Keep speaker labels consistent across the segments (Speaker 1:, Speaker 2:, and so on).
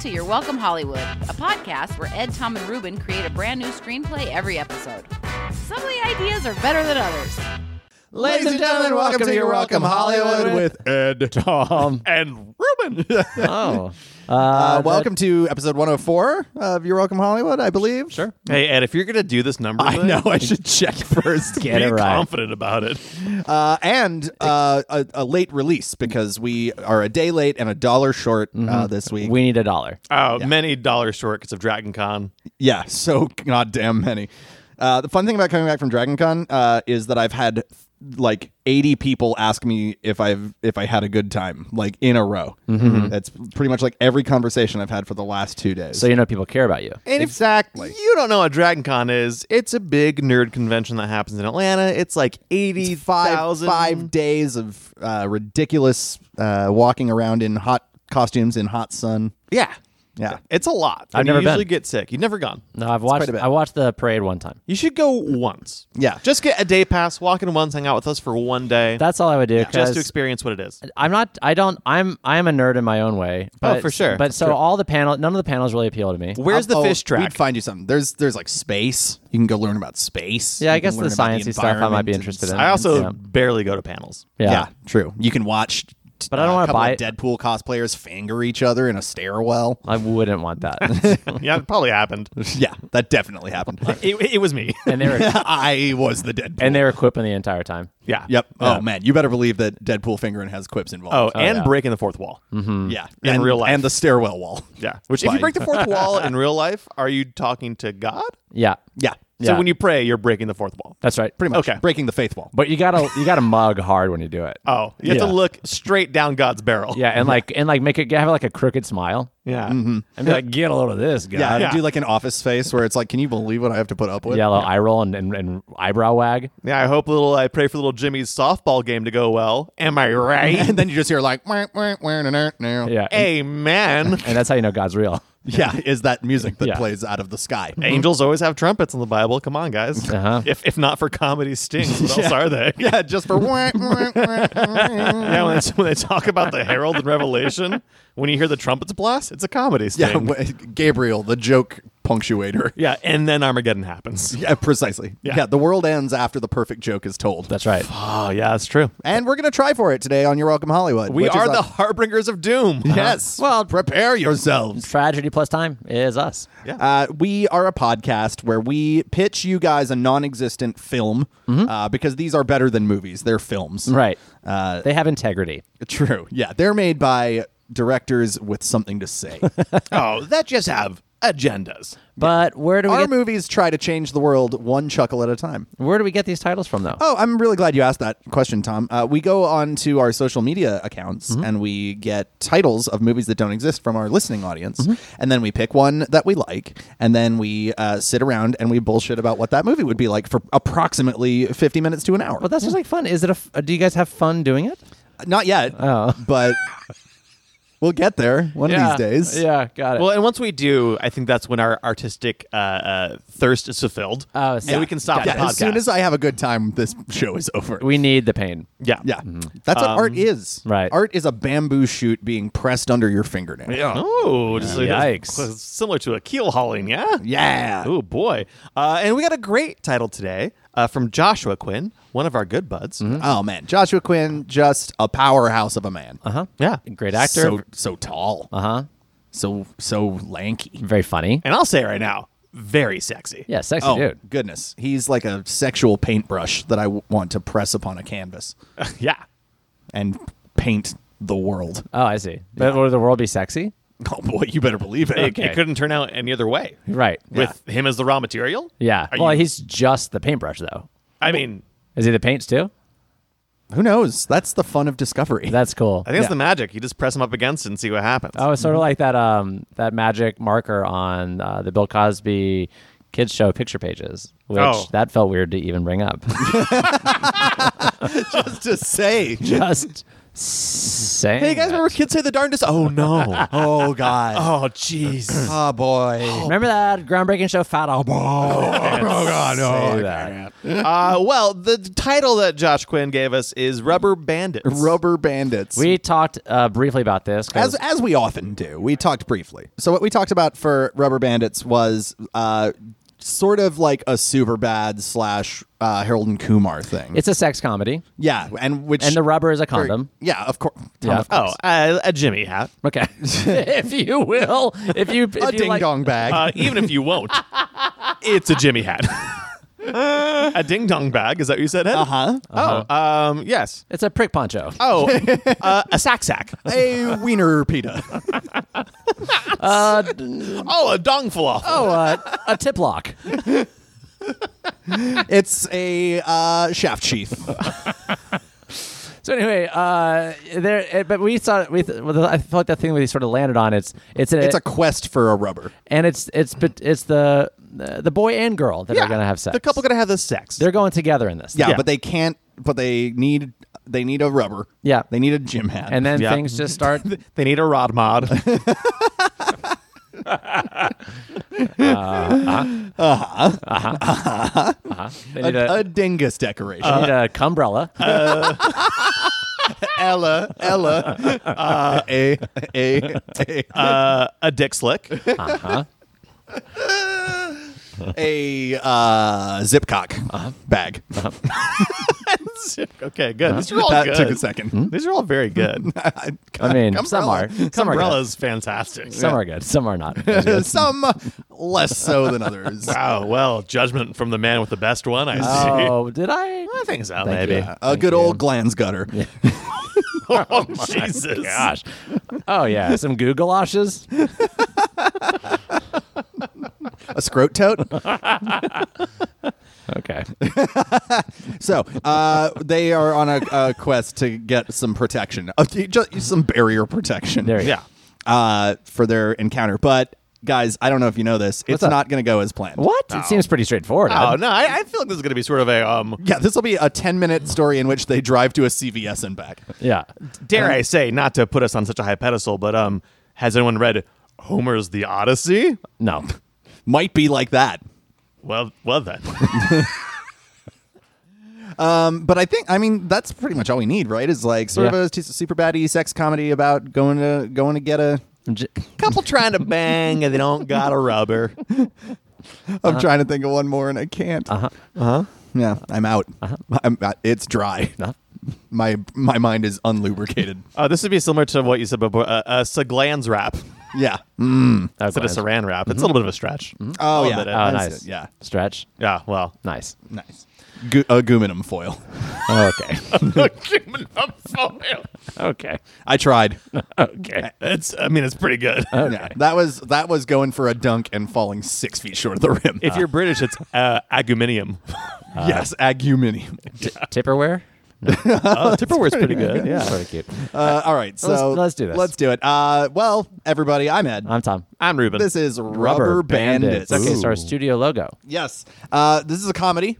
Speaker 1: to Your Welcome Hollywood, a podcast where Ed, Tom, and Ruben create a brand new screenplay every episode. Some of the ideas are better than others.
Speaker 2: Ladies and gentlemen, welcome to your Welcome Hollywood with Ed, Tom,
Speaker 3: and Ruben.
Speaker 2: Oh. Uh, welcome to episode 104 of Your Welcome Hollywood, I believe. Sure.
Speaker 3: hey Ed, if you're gonna do this number,
Speaker 2: I
Speaker 3: thing,
Speaker 2: know. I should check first.
Speaker 3: Be
Speaker 4: Get it right.
Speaker 3: confident about it.
Speaker 2: Uh, and uh, a, a late release because we are a day late and a dollar short
Speaker 3: Mm-hmm.
Speaker 2: uh, this week.
Speaker 4: We need a dollar.
Speaker 3: Oh, many dollars short because of Dragon Con.
Speaker 2: yeah, so goddamn many. Uh, the fun thing about coming back from Dragon Con uh, is that I've had like 80 people ask me if I've if I had a good time, like in a row.
Speaker 4: Mm-hmm.
Speaker 2: That's pretty much like every conversation I've had for the last two days.
Speaker 4: So you know people care about you.
Speaker 3: And if
Speaker 2: exactly.
Speaker 3: you don't know what Dragon Con is, it's a big nerd convention that happens in Atlanta. It's like eighty
Speaker 2: five
Speaker 3: thousand.
Speaker 2: five days of uh, ridiculous uh, walking around in hot costumes in hot sun.
Speaker 3: Yeah,
Speaker 2: Yeah,
Speaker 3: it's a lot.
Speaker 4: I've
Speaker 3: And
Speaker 4: never
Speaker 3: you usually
Speaker 4: been.
Speaker 3: get sick. You've never gone.
Speaker 4: No, I've watched
Speaker 2: quite a bit.
Speaker 4: I watched the parade one time.
Speaker 3: You should go once.
Speaker 2: yeah.
Speaker 3: Just get a day pass, walk in once, hang out with us for one day,
Speaker 4: That's all I would do
Speaker 3: just to
Speaker 4: because
Speaker 3: experience what it is.
Speaker 4: I'm not I don't I'm I'm a nerd in my own way.
Speaker 2: Oh,
Speaker 4: But,
Speaker 3: for sure.
Speaker 4: But so all the panel none of the panels really appeal to me.
Speaker 3: Where's the
Speaker 2: Oh,
Speaker 3: fish track?
Speaker 2: We'd find you something. There's there's like space. You can go learn about space.
Speaker 4: Yeah, I
Speaker 2: You can
Speaker 4: guess the
Speaker 2: learn about
Speaker 4: sciencey stuff I might
Speaker 2: environment
Speaker 4: be
Speaker 2: and
Speaker 4: interested in.
Speaker 2: science.
Speaker 3: I also
Speaker 4: Yeah.
Speaker 3: barely go to panels.
Speaker 4: Yeah.
Speaker 2: true. You can watch. t-
Speaker 4: But I don't
Speaker 2: uh, a
Speaker 4: wanna
Speaker 2: couple
Speaker 4: buy
Speaker 2: of Deadpool cosplayers finger each other in a stairwell.
Speaker 4: I wouldn't want that.
Speaker 3: yeah, it probably happened.
Speaker 2: yeah, that definitely happened.
Speaker 3: It, it was me.
Speaker 4: and they were
Speaker 2: I was the Deadpool.
Speaker 4: and they were quipping the entire time.
Speaker 3: yeah.
Speaker 2: Yep. Oh man, you better believe that Deadpool fingering has quips
Speaker 3: Oh,
Speaker 2: involved.
Speaker 3: and
Speaker 4: yeah.
Speaker 3: breaking the fourth wall.
Speaker 4: mm.
Speaker 2: yeah,
Speaker 3: in
Speaker 2: and,
Speaker 3: real life.
Speaker 2: and the stairwell wall.
Speaker 3: Yeah. Which, if you
Speaker 2: Fine.
Speaker 3: break the fourth wall in real life, are you talking to God?
Speaker 4: Yeah.
Speaker 2: Yeah,
Speaker 3: So
Speaker 4: Yeah.
Speaker 3: when you pray, you're breaking the fourth wall.
Speaker 4: That's right.
Speaker 2: pretty much.
Speaker 3: Okay.
Speaker 2: breaking the faith wall.
Speaker 4: But you gotta you gotta mug hard when you do
Speaker 2: Uh,
Speaker 4: it.
Speaker 3: Oh, you have
Speaker 4: Yeah.
Speaker 3: to look straight down God's barrel.
Speaker 4: Yeah, and like and like make it have like a crooked smile.
Speaker 3: Yeah.
Speaker 4: And be like, get a load of this, guy.
Speaker 2: Yeah,
Speaker 3: Yeah.
Speaker 2: Uh, do like an office face where it's like, can you believe what I have to put up with?
Speaker 4: Yellow eye roll and, and, and eyebrow wag.
Speaker 3: Yeah. I hope little, I pray for little Jimmy's softball game to go well. Am I right?
Speaker 2: And then you just hear like, "Wah, wah, wah, nah, nah, nah."
Speaker 4: Yeah. And,
Speaker 3: Amen.
Speaker 4: and that's how you know God's real.
Speaker 2: yeah, is that music that
Speaker 4: Yeah.
Speaker 2: plays out of the sky?
Speaker 3: Angels always have trumpets in the Bible. Come on, guys.
Speaker 4: Uh-huh.
Speaker 3: If, if not for comedy stings, what else are they?
Speaker 2: Yeah, just for wah, wah, wah, wah.
Speaker 3: Yeah, when, it's, when they talk about the Herald and Revelation, when you hear the trumpets blast, it's a comedy sting.
Speaker 2: yeah, wha- Gabriel, the joke punctuator.
Speaker 3: Yeah, and then Armageddon happens.
Speaker 2: Yeah, precisely.
Speaker 3: Yeah.
Speaker 2: the world ends after the perfect joke is told.
Speaker 4: That's right.
Speaker 3: Oh, yeah, that's true.
Speaker 2: and we're gonna try for it today on Your Welcome Hollywood.
Speaker 3: We
Speaker 2: which is
Speaker 3: are
Speaker 2: a-
Speaker 3: the Uh-huh. harbingers of doom.
Speaker 2: yes.
Speaker 4: Well-
Speaker 2: prepare yourselves.
Speaker 4: Tragedy plus time is us.
Speaker 2: Uh, we are a podcast where we pitch you guys a non-existent film uh, because these are better than movies; they're films,
Speaker 4: Right.
Speaker 2: Uh,
Speaker 4: They have integrity.
Speaker 2: True. Yeah, they're made by directors with something to say.
Speaker 3: Oh, that just have agendas.
Speaker 4: But where do we
Speaker 2: Our
Speaker 4: get,
Speaker 2: movies try to change the world one chuckle at a time.
Speaker 4: where do we get these titles from though?
Speaker 2: Oh, I'm really glad you asked that question, Tom. Uh, we go on to our social media accounts
Speaker 4: Mm-hmm.
Speaker 2: and we get titles of movies that don't exist from our listening audience,
Speaker 4: Mm-hmm.
Speaker 2: and then we pick one that we like, and then we uh, sit around and we bullshit about what that movie would be like for approximately 50 minutes to an hour.
Speaker 4: Well, that's just like fun. Is it a? f- uh, Do you guys have fun doing it?
Speaker 2: Not yet,
Speaker 4: Oh.
Speaker 2: but we'll get there one of these days.
Speaker 4: Yeah, got it.
Speaker 3: Well, and once we do, I think that's when our artistic uh, uh, thirst is fulfilled.
Speaker 4: Oh,
Speaker 3: and
Speaker 4: so-
Speaker 3: we can stop
Speaker 4: Yeah,
Speaker 3: the podcast.
Speaker 2: As soon as I have a good time, this show is over.
Speaker 4: we need the pain.
Speaker 3: yeah.
Speaker 2: Yeah. That's what art is.
Speaker 4: right.
Speaker 2: Art is a bamboo shoot being pressed under your fingernail.
Speaker 3: Oh, just like-
Speaker 4: Yikes.
Speaker 3: Similar to a keel hauling, yeah?
Speaker 2: Yeah.
Speaker 3: Oh, boy. Uh, and we got a great title today uh, from Joshua Quinn, one of our good buds.
Speaker 4: Mm-hmm.
Speaker 2: Oh man, Joshua Quinn just a powerhouse of a man.
Speaker 4: Uh huh.
Speaker 3: Yeah.
Speaker 4: Great actor.
Speaker 2: So so tall.
Speaker 4: uh huh.
Speaker 2: So so lanky.
Speaker 4: Very funny.
Speaker 3: And I'll say it right now, very sexy.
Speaker 4: Yeah, sexy
Speaker 2: Oh
Speaker 4: dude.
Speaker 2: goodness, he's like a sexual paintbrush that I w- want to press upon a canvas
Speaker 3: yeah.
Speaker 2: and paint the world.
Speaker 4: Oh, I see. But would the world be sexy?
Speaker 2: Oh boy, you better believe it.
Speaker 3: It,
Speaker 4: Okay.
Speaker 3: it couldn't turn out any other way.
Speaker 4: Right.
Speaker 3: With him as the raw material?
Speaker 4: Yeah.
Speaker 3: Are
Speaker 4: Well,
Speaker 3: you-
Speaker 4: he's just the paintbrush though.
Speaker 3: I mean,
Speaker 4: Is he the paints too?
Speaker 2: Who knows? That's the fun of discovery.
Speaker 4: That's cool.
Speaker 3: I think that's the magic. You just press them up against it and see what happens.
Speaker 4: Oh, it's sort of like that um that magic marker on uh, the Bill Cosby kids show picture pages, which
Speaker 3: Oh.
Speaker 4: that felt weird to even bring up.
Speaker 2: That's to say.
Speaker 4: Just saying.
Speaker 3: Hey, you guys
Speaker 4: that.
Speaker 3: remember kids say the darndest? Oh no!
Speaker 2: Oh God.
Speaker 3: oh jeez!
Speaker 2: oh boy.
Speaker 4: Remember that groundbreaking show, Fat Album?
Speaker 2: Oh God.
Speaker 4: Say
Speaker 2: No.
Speaker 4: that.
Speaker 3: uh, well, the title that Josh Quinn gave us is Rubber Bandits.
Speaker 2: Rubber bandits.
Speaker 4: We talked uh, briefly about this. 'cause-
Speaker 2: as as we often do, we talked briefly. So what we talked about for Rubber Bandits was uh, sort of like a super bad slash uh, Harold and Kumar thing.
Speaker 4: it's a sex comedy,
Speaker 2: yeah, and which
Speaker 4: and the rubber is a condom.
Speaker 2: yeah, of, cour-
Speaker 4: Yeah. Oh.
Speaker 2: of
Speaker 3: oh,
Speaker 2: course.
Speaker 3: uh, a Jimmy hat.
Speaker 4: Okay, if you will, if you, if
Speaker 2: a
Speaker 4: you
Speaker 2: ding
Speaker 4: like-
Speaker 2: dong bag.
Speaker 3: Uh, even if you won't, it's a Jimmy hat. a ding dong bag. Is that what you said? Ed?
Speaker 2: huh.
Speaker 4: uh,
Speaker 3: Oh, um, yes.
Speaker 4: it's a prick poncho.
Speaker 3: Oh, uh, a sack sack.
Speaker 2: A wiener pita.
Speaker 4: Uh,
Speaker 3: Oh, a dong falafel.
Speaker 4: oh, uh, a tip lock.
Speaker 2: it's a uh, shaft sheath.
Speaker 4: So anyway, uh, there. eh, But we saw. We th- well, I feel like that thing we sort of landed on. It's it's a,
Speaker 2: It's a quest for a rubber.
Speaker 4: and it's it's but it's the the boy and girl that are gonna have sex.
Speaker 3: The couple gonna have the sex.
Speaker 4: They're going together in this.
Speaker 2: Yeah,
Speaker 3: Yeah.
Speaker 2: but they can't. But they need they need a rubber.
Speaker 4: Yeah.
Speaker 2: they need a gym hat.
Speaker 4: And then
Speaker 3: Yeah.
Speaker 4: things just start.
Speaker 3: they need a rod mod.
Speaker 4: They
Speaker 2: a,
Speaker 4: need a,
Speaker 2: a dingus decoration.
Speaker 4: they need a cumbrella.
Speaker 2: Ella, Ella, uh, a, a, a,
Speaker 3: uh, a dick slick.
Speaker 2: a uh, zip cock
Speaker 4: Uh-huh.
Speaker 2: bag.
Speaker 3: okay, good. These are all
Speaker 2: that
Speaker 3: good.
Speaker 2: took a 2nd
Speaker 3: These are all very good.
Speaker 4: Oh, Hmm? I mean, some are. Some are good.
Speaker 3: Umbrella's fantastic.
Speaker 4: Some are good. Some are not. as good.
Speaker 2: Some less so than others.
Speaker 3: Wow. Well, judgment from the man with the best one. I see.
Speaker 4: oh, did I?
Speaker 3: I think so.
Speaker 4: Thank
Speaker 3: maybe.
Speaker 4: you.
Speaker 2: A good old glands gutter.
Speaker 3: Oh, Jesus.
Speaker 4: Gosh. Oh yeah, some goo galoshes.
Speaker 2: A scrot tote.
Speaker 4: Okay.
Speaker 2: So uh, they are on a, a quest to get some protection, uh, just some barrier protection.
Speaker 4: There you
Speaker 3: Yeah.
Speaker 2: uh, for their encounter. But guys, I don't know if you know this. it's
Speaker 4: up?
Speaker 2: not going to go as planned.
Speaker 4: go. What? It seems pretty straightforward.
Speaker 3: Oh
Speaker 4: Ed.
Speaker 3: no, I, I feel like this is gonna be sort of a um,
Speaker 2: Yeah, this will be a 10 minute story in which they drive to a CVS and back.
Speaker 4: Yeah.
Speaker 3: dare I say, not to put us on such a high pedestal, but um, has anyone read Homer's The Odyssey?
Speaker 4: No.
Speaker 2: Might be like that.
Speaker 3: Well, well then.
Speaker 2: Mm, But I think I mean that's pretty much all we need, right? Is like sort
Speaker 4: Yeah.
Speaker 2: of a t- super baddie sex comedy about going to going to get a.
Speaker 4: J-
Speaker 3: Couple trying to bang and they don't got a rubber.
Speaker 2: I'm trying to think of one more and I can't. Uh huh. Yeah, I'm out. I'm, uh, it's dry.
Speaker 4: No.
Speaker 2: My my mind is unlubricated.
Speaker 3: Uh, this would be similar to what you said before, uh, uh, a glands wrap
Speaker 2: yeah.
Speaker 4: Oh,
Speaker 3: instead of
Speaker 4: glad.
Speaker 3: saran wrap. It's a little bit of a stretch.
Speaker 2: Oh,
Speaker 3: A
Speaker 2: yeah.
Speaker 3: little bit,
Speaker 4: Oh,
Speaker 3: uh,
Speaker 2: That's
Speaker 4: nice.
Speaker 2: it, yeah.
Speaker 4: Stretch.
Speaker 3: yeah. Well.
Speaker 4: Nice.
Speaker 2: Nice. Gu- a aluminum foil.
Speaker 4: Okay.
Speaker 3: it's.
Speaker 4: okay.
Speaker 2: I tried.
Speaker 4: Okay.
Speaker 3: I mean, it's pretty good.
Speaker 2: Yeah, that was that was going for a dunk and falling six feet short of the rim.
Speaker 3: If you're British, it's uh, aguminium.
Speaker 2: yes, aguminium.
Speaker 4: Tipperware.
Speaker 3: Oh, Tupperware's pretty good.
Speaker 4: That's pretty cute.
Speaker 2: Uh, all right, so
Speaker 4: Let's- let's do this.
Speaker 2: Let's do it. Uh, well, everybody, I'm Ed.
Speaker 4: I'm Tom.
Speaker 3: I'm Ruben.
Speaker 2: this is Rubber, Bandits.
Speaker 4: Okay,
Speaker 2: Ooh.
Speaker 4: so our studio logo.
Speaker 2: Yes, uh, this is a comedy,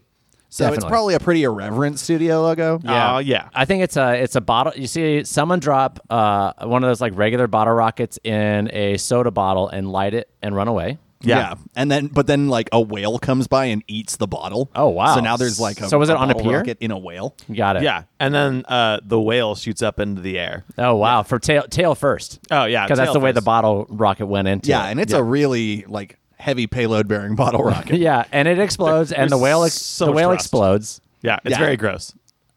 Speaker 2: so it's
Speaker 4: Definitely.
Speaker 2: probably a pretty irreverent studio logo. Uh,
Speaker 3: Yeah. yeah.
Speaker 4: I think it's a it's a bottle. You see someone drop uh, one of those like regular bottle rockets in a soda bottle and light it and run away.
Speaker 3: Yeah.
Speaker 2: and then but then like a whale comes by and eats the bottle.
Speaker 4: Oh, wow.
Speaker 2: So now there's like a,
Speaker 4: So was it on a
Speaker 2: bottle
Speaker 4: pier?
Speaker 2: rocket in a whale?
Speaker 4: You Got it.
Speaker 3: Yeah. And then uh, the whale shoots up into the air.
Speaker 4: Oh wow. For tail tail first.
Speaker 3: Oh, yeah,
Speaker 4: Because that's
Speaker 3: tail
Speaker 4: the way the
Speaker 3: first.
Speaker 4: bottle rocket went into.
Speaker 2: Yeah,
Speaker 4: it.
Speaker 2: and it's a really like heavy payload bearing bottle rocket.
Speaker 4: yeah, and it explodes, and the
Speaker 3: There's
Speaker 4: whale ex-
Speaker 3: so
Speaker 4: the
Speaker 3: much
Speaker 4: whale
Speaker 3: thrust.
Speaker 4: explodes.
Speaker 3: Yeah. It's
Speaker 2: Yeah.
Speaker 3: very gross.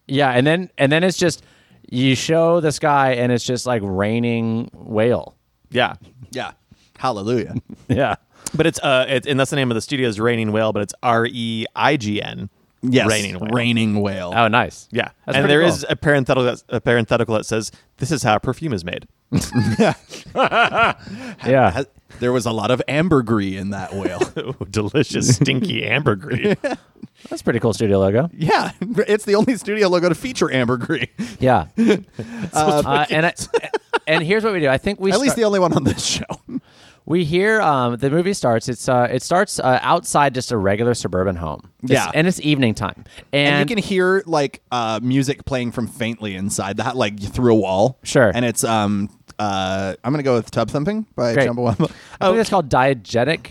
Speaker 4: Yeah, and then and then it's just you show the sky, and it's just like raining whale.
Speaker 3: Yeah.
Speaker 2: yeah, hallelujah.
Speaker 4: Yeah.
Speaker 3: But it's uh, it's and that's the name of the studio is Raining Whale, but it's R E I G N.
Speaker 2: Yes,
Speaker 3: Raining Whale.
Speaker 2: Raining whale.
Speaker 4: Oh, nice.
Speaker 3: Yeah,
Speaker 4: That's
Speaker 3: and
Speaker 4: pretty
Speaker 3: there
Speaker 4: cool.
Speaker 3: is a parenthetical that, a parenthetical that says this is how perfume is made.
Speaker 4: yeah.
Speaker 2: Has- there was a lot of ambergris in that whale.
Speaker 3: Oh, delicious, stinky ambergris.
Speaker 4: That's a pretty cool studio logo.
Speaker 2: yeah, it's the only studio logo to feature ambergris.
Speaker 4: Yeah. uh, and I, and here's what we do. I think we
Speaker 2: At least
Speaker 4: start-
Speaker 2: the only one on this show.
Speaker 4: we hear um, the movie starts. It's uh, it starts uh, outside just a regular suburban home. It's-
Speaker 2: Yeah.
Speaker 4: and it's evening time, and,
Speaker 2: and, you can hear like uh, music playing from faintly inside that, like through a wall.
Speaker 4: Sure.
Speaker 2: And it's um uh I'm gonna go with Tub Thumping by
Speaker 4: Great. Oh.
Speaker 2: Chumbawamba.
Speaker 4: I think it's called diegetic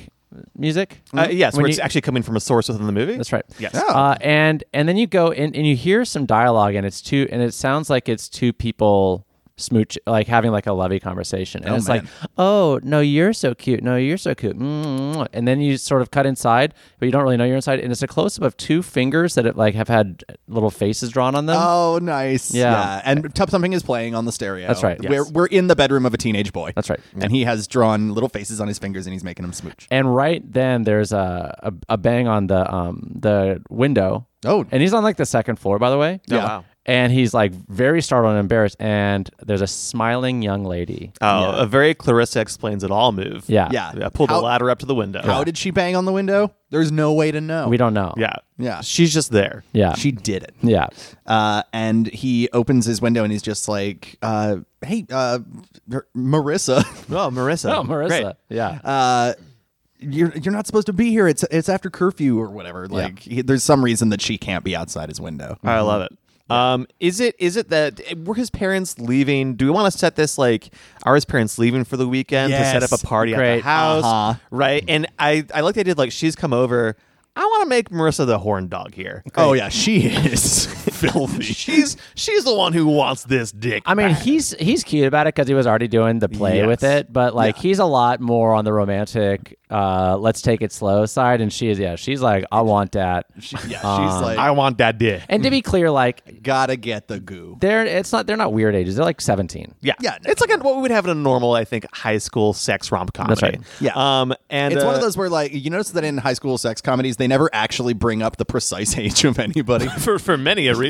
Speaker 4: music.
Speaker 3: Uh, yes,
Speaker 4: When
Speaker 3: where
Speaker 4: you-
Speaker 3: it's actually coming from a source within the movie.
Speaker 4: That's right.
Speaker 3: Yes.
Speaker 2: Oh.
Speaker 4: Uh, and and then you go in and you hear some dialogue, and it's two, and it sounds like it's two people smooch, like having like a lovey conversation, and
Speaker 2: Oh,
Speaker 4: it's
Speaker 2: man.
Speaker 4: like, oh no, you're so cute, no, you're so cute, Mm. and then you sort of cut inside, but you don't really know you're inside, and it's a close up of two fingers that it, like have had little faces drawn on them.
Speaker 2: Oh, nice.
Speaker 4: Yeah.
Speaker 2: And Tub Thumping is playing on the stereo.
Speaker 4: That's right,
Speaker 2: We're,
Speaker 4: yes.
Speaker 2: we're in the bedroom of a teenage boy.
Speaker 4: That's right.
Speaker 2: And he has drawn little faces on his fingers and he's making them smooch.
Speaker 4: and right then there's a, a, a bang on the um the window.
Speaker 2: Oh.
Speaker 4: and he's on like the second floor, by the way.
Speaker 2: Yeah.
Speaker 3: wow.
Speaker 4: And he's like very startled and embarrassed. And there's a smiling young lady.
Speaker 3: Oh, a very Clarissa explains it all move.
Speaker 4: Yeah.
Speaker 2: Yeah.
Speaker 3: yeah pull
Speaker 2: How-
Speaker 3: the ladder up to the window.
Speaker 2: How did she bang on the window? There's no way to know.
Speaker 4: We don't know.
Speaker 3: yeah.
Speaker 2: Yeah.
Speaker 3: She's just there.
Speaker 4: Yeah.
Speaker 2: She did it.
Speaker 4: yeah.
Speaker 2: Uh, and he opens his window and he's just like, uh, "Hey, uh, Marissa,
Speaker 3: Oh, Marissa.
Speaker 4: Oh, Marissa.
Speaker 3: Great.
Speaker 4: Yeah.
Speaker 2: uh, you're you're not supposed to be here. It's it's after curfew or whatever. Like, he, there's some reason that she can't be outside his window.
Speaker 3: I love it. Um, is it is it that were his parents leaving? Do we want to set this like are his parents leaving for the weekend to set
Speaker 2: Yes.
Speaker 3: up a party at
Speaker 4: Great.
Speaker 3: the house,
Speaker 2: Uh-huh.
Speaker 3: right? And I I like the idea of, like she's come over. I want to make Marissa the horn dog here.
Speaker 2: Oh yeah, she is filthy.
Speaker 3: She's she's the one who wants this dick.
Speaker 4: I mean, he's he's cute about it because he was already doing the play
Speaker 3: Yes.
Speaker 4: with it, but like he's a lot more on the romantic, uh, let's take it slow side, and she is yeah, she's like, I want that.
Speaker 2: She- yeah, she's like,
Speaker 3: I want that dick.
Speaker 4: And to be clear, like
Speaker 2: gotta get the goo.
Speaker 4: they're it's not they're not weird ages, they're like seventeen.
Speaker 3: Yeah,
Speaker 2: Yeah, no.
Speaker 3: It's like a, what we would have in a normal, I think, high school sex romp comedy.
Speaker 4: That's right.
Speaker 2: Yeah.
Speaker 3: Um, and
Speaker 2: It's one of
Speaker 3: uh,
Speaker 2: those where like you notice that in high school sex comedies they never actually bring up the precise age of anybody.
Speaker 3: for for many a reason.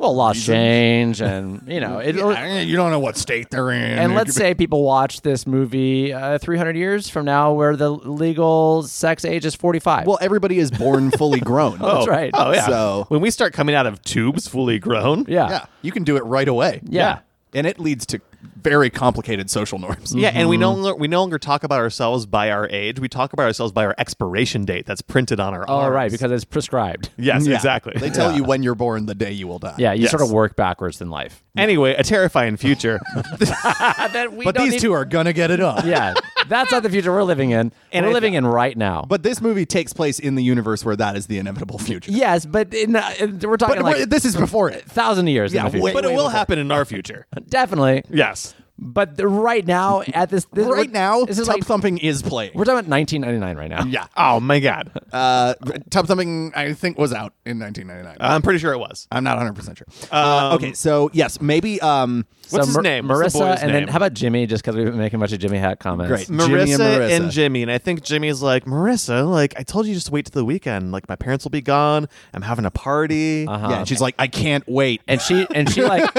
Speaker 4: Well, laws change, and you know, it,
Speaker 2: you don't know what state they're in.
Speaker 4: and let's say people watch this movie uh, 300 years from now where the legal sex age is 45
Speaker 2: Well, everybody is born fully grown.
Speaker 4: that's right
Speaker 3: Oh yeah.
Speaker 2: So-
Speaker 3: when we start coming out of tubes fully grown,
Speaker 4: yeah
Speaker 2: Yeah, you can do it right away.
Speaker 4: Ah. Yeah.
Speaker 2: And it leads to very complicated social norms.
Speaker 3: Yeah, and we no longer we no longer talk about ourselves by our age. We talk about ourselves by our expiration date that's printed on our.
Speaker 4: all
Speaker 3: arms.
Speaker 4: right because it's prescribed
Speaker 3: Yes,
Speaker 2: Yeah.
Speaker 3: exactly.
Speaker 2: They tell you when you're born, the day you will die.
Speaker 4: yeah you
Speaker 3: Yes.
Speaker 4: sort of work backwards in life
Speaker 3: Anyway, a terrifying future.
Speaker 4: that we
Speaker 2: But these two are going to get it up.
Speaker 4: yeah that's not the future we're living in
Speaker 3: And
Speaker 4: we're
Speaker 3: I-
Speaker 4: living in right now
Speaker 2: But this movie takes place in the universe where that is the inevitable future.
Speaker 4: yes but in, uh, we're talking
Speaker 2: But we're-
Speaker 4: like
Speaker 2: this is before it.
Speaker 4: thousand years in
Speaker 2: Yeah,
Speaker 4: the future.
Speaker 2: wait-
Speaker 3: but it will happen in our future.
Speaker 4: definitely
Speaker 3: Yes.
Speaker 4: but the, right now at this, this we're-
Speaker 2: Right now,
Speaker 4: this
Speaker 2: Tub
Speaker 4: is like
Speaker 2: Thumping is playing.
Speaker 4: we're talking about 1999 right now
Speaker 2: yeah.
Speaker 3: Oh my god.
Speaker 2: Uh, Tub Thumping, I think, was out in 1999.
Speaker 4: Uh,
Speaker 3: I'm pretty sure it was.
Speaker 2: I'm not 100% sure.
Speaker 4: um,
Speaker 2: uh, okay, so yes, maybe. Um,
Speaker 3: What's his
Speaker 4: Mar-
Speaker 3: name?
Speaker 4: Marissa,
Speaker 3: What's the boy's
Speaker 4: and then
Speaker 3: name?
Speaker 4: how about Jimmy? Just because we've been making a bunch of Jimmy Hat comments.
Speaker 2: Great.
Speaker 3: Marissa,
Speaker 2: Jimmy and Marissa.
Speaker 3: and Jimmy. And I think Jimmy's like, Marissa, like, I told you just to wait till the weekend. Like, my parents will be gone. I'm having a party.
Speaker 2: yeah, and she's like, I can't wait.
Speaker 4: and she and she like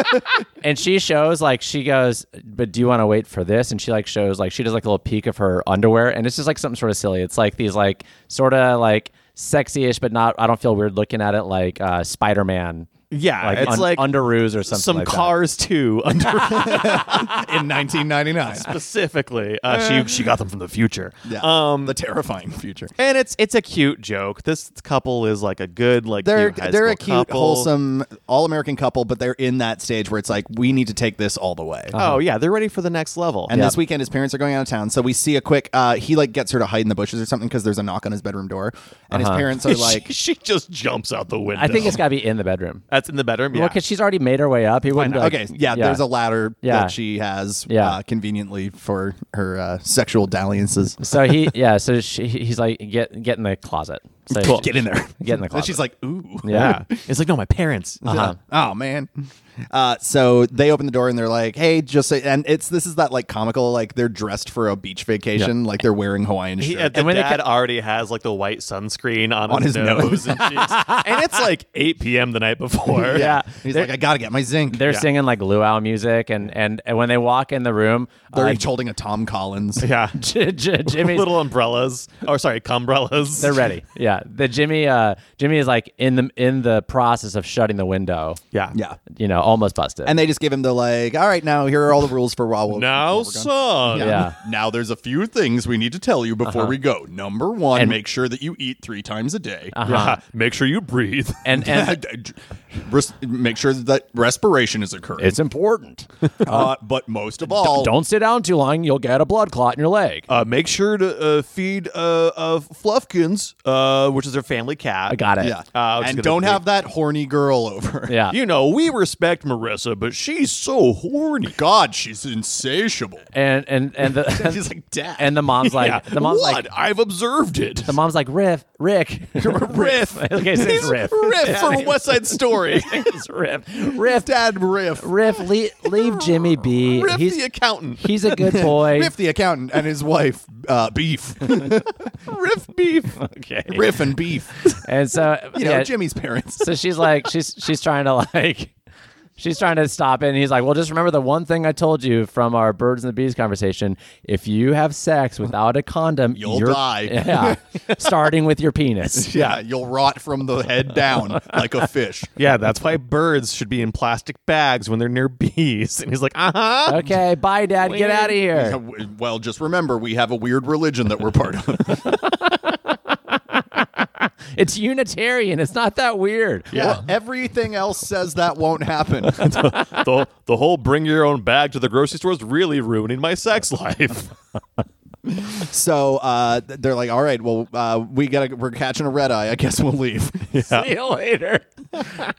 Speaker 4: and she shows like she goes but do you want to wait for this and she like shows like she does like a little peek of her underwear and it's just like something sort of silly it's like these like sort of like sexy-ish but not i don't feel weird looking at it like uh spider-man
Speaker 3: Yeah,
Speaker 4: like,
Speaker 3: it's
Speaker 4: un-
Speaker 3: like
Speaker 4: underoos or something
Speaker 3: Some
Speaker 4: like that.
Speaker 3: cars, too, under-
Speaker 2: in 1999.
Speaker 3: specifically. Uh, she, she got them from the future.
Speaker 2: Eh. Yeah,
Speaker 3: Um,
Speaker 2: the terrifying future.
Speaker 3: and it's it's a cute joke. This couple is like a good like
Speaker 2: They're
Speaker 3: cute high
Speaker 2: they're a
Speaker 3: school
Speaker 2: cute,
Speaker 3: couple.
Speaker 2: wholesome, all American couple, but they're in that stage where it's like we need to take this all the way.
Speaker 3: Oh yeah, they're ready for the next level.
Speaker 2: uh-huh. and
Speaker 4: yeah.
Speaker 2: this weekend, his parents are going out of town, so we see a quick. Uh, he like gets her to hide in the bushes or something because there's a knock on his bedroom door, and
Speaker 4: Uh-huh.
Speaker 2: his parents are
Speaker 3: she,
Speaker 2: like,
Speaker 3: she just jumps out the window.
Speaker 4: i think it's got to be in the bedroom
Speaker 3: that's in the bedroom. Yeah.
Speaker 4: well because she's already made her way up he wouldn't be like,
Speaker 2: "Okay, yeah, there's a ladder
Speaker 4: Yeah.
Speaker 2: that she has,
Speaker 4: Yeah.
Speaker 2: uh, conveniently for her uh, sexual dalliances."
Speaker 4: so he yeah so she, he's like get get in the closet so
Speaker 3: Cool.
Speaker 2: Get in there,
Speaker 4: Get in the
Speaker 2: And
Speaker 4: closet.
Speaker 2: she's like, "Ooh,
Speaker 4: yeah
Speaker 3: it's like no, my parents.
Speaker 4: uh-huh.
Speaker 2: Oh man. Uh, so they open the door and they're like, "Hey, just say," and it's this is that like comical like they're dressed for a beach vacation, like they're wearing Hawaiian
Speaker 3: He,
Speaker 2: shirt.
Speaker 3: uh, the
Speaker 4: And when they
Speaker 3: dad already has like the white sunscreen on,
Speaker 2: On
Speaker 3: his,
Speaker 2: his
Speaker 3: nose, and cheeks, and it's like 8 p.m. the night before.
Speaker 4: yeah
Speaker 2: And He's like, "I gotta get my zinc."
Speaker 4: They're singing like luau music, and, and, and when they walk in the room,
Speaker 2: They're
Speaker 4: uh,
Speaker 2: each holding a Tom Collins.
Speaker 3: yeah.
Speaker 4: J- J- Jimmy's
Speaker 3: Little umbrellas, or sorry, cumbrellas.
Speaker 4: they're ready. Yeah, the Jimmy uh, Jimmy is like in the in the process of shutting the window.
Speaker 3: Yeah,
Speaker 2: Yeah.
Speaker 4: you know, know, almost busted.
Speaker 2: And they just give him the like, all right, now here are all the rules for Raw.
Speaker 5: Now, son.
Speaker 4: Yeah. Uh-huh.
Speaker 5: Now there's a few things we need to tell you before we go. Number one,
Speaker 4: And-
Speaker 5: make sure that you eat three times a day.
Speaker 4: Uh-huh.
Speaker 5: make sure you breathe.
Speaker 4: And- and-
Speaker 5: Res- make sure that respiration is occurring.
Speaker 4: it's important.
Speaker 5: uh, but most of all,
Speaker 4: Don't sit down too long; you'll get a blood clot in your leg.
Speaker 3: Uh, make sure to uh, feed uh, uh, Fluffkins, uh, which is their family cat.
Speaker 4: I got it. Uh,
Speaker 2: Yeah.
Speaker 3: Uh, which is
Speaker 5: and
Speaker 3: gonna
Speaker 5: don't
Speaker 3: be-
Speaker 5: have that horny girl over.
Speaker 4: Yeah.
Speaker 3: You know, we respect Marissa, but she's so horny.
Speaker 5: God, she's insatiable.
Speaker 4: and and and the
Speaker 5: She's like, Dad.
Speaker 4: and the mom's like the mom's
Speaker 3: what?
Speaker 4: like
Speaker 3: I've observed it.
Speaker 4: the mom's like Riff Rick
Speaker 3: Riff.
Speaker 4: okay, so it's Riff
Speaker 3: Riff from West Side Story.
Speaker 4: It's Riff Riff
Speaker 5: Dad riff.
Speaker 4: Riff le- leave Jimmy be
Speaker 3: Riff
Speaker 4: he's
Speaker 3: the accountant.
Speaker 4: he's a good boy
Speaker 2: Riff the accountant and his wife, uh, Beef.
Speaker 3: Riff beef.
Speaker 4: okay
Speaker 2: Riff and Beef.
Speaker 4: and so
Speaker 2: You know,
Speaker 4: yeah,
Speaker 2: Jimmy's parents.
Speaker 4: so she's like she's she's trying to like she's trying to stop it and he's like well just remember the one thing i told you from our birds and the bees conversation if you have sex without a condom
Speaker 5: You'll
Speaker 4: you're-
Speaker 5: die."
Speaker 4: yeah starting with your penis
Speaker 5: Yeah, you'll rot from the head down like a fish.
Speaker 3: Yeah, that's why birds should be in plastic bags when they're near bees. And he's like, uh huh.
Speaker 4: okay bye dad get out of
Speaker 5: Yeah,
Speaker 4: here
Speaker 5: w- Well, just remember, we have a weird religion that we're part of.
Speaker 4: it's unitarian it's not that weird
Speaker 2: Well, everything else says that won't happen.
Speaker 3: the, the whole bring your own bag to the grocery store is really ruining my sex life.
Speaker 2: so uh, th- they're like, all right, well, uh, we gotta, we're catching a red eye. I guess we'll leave.
Speaker 4: see you later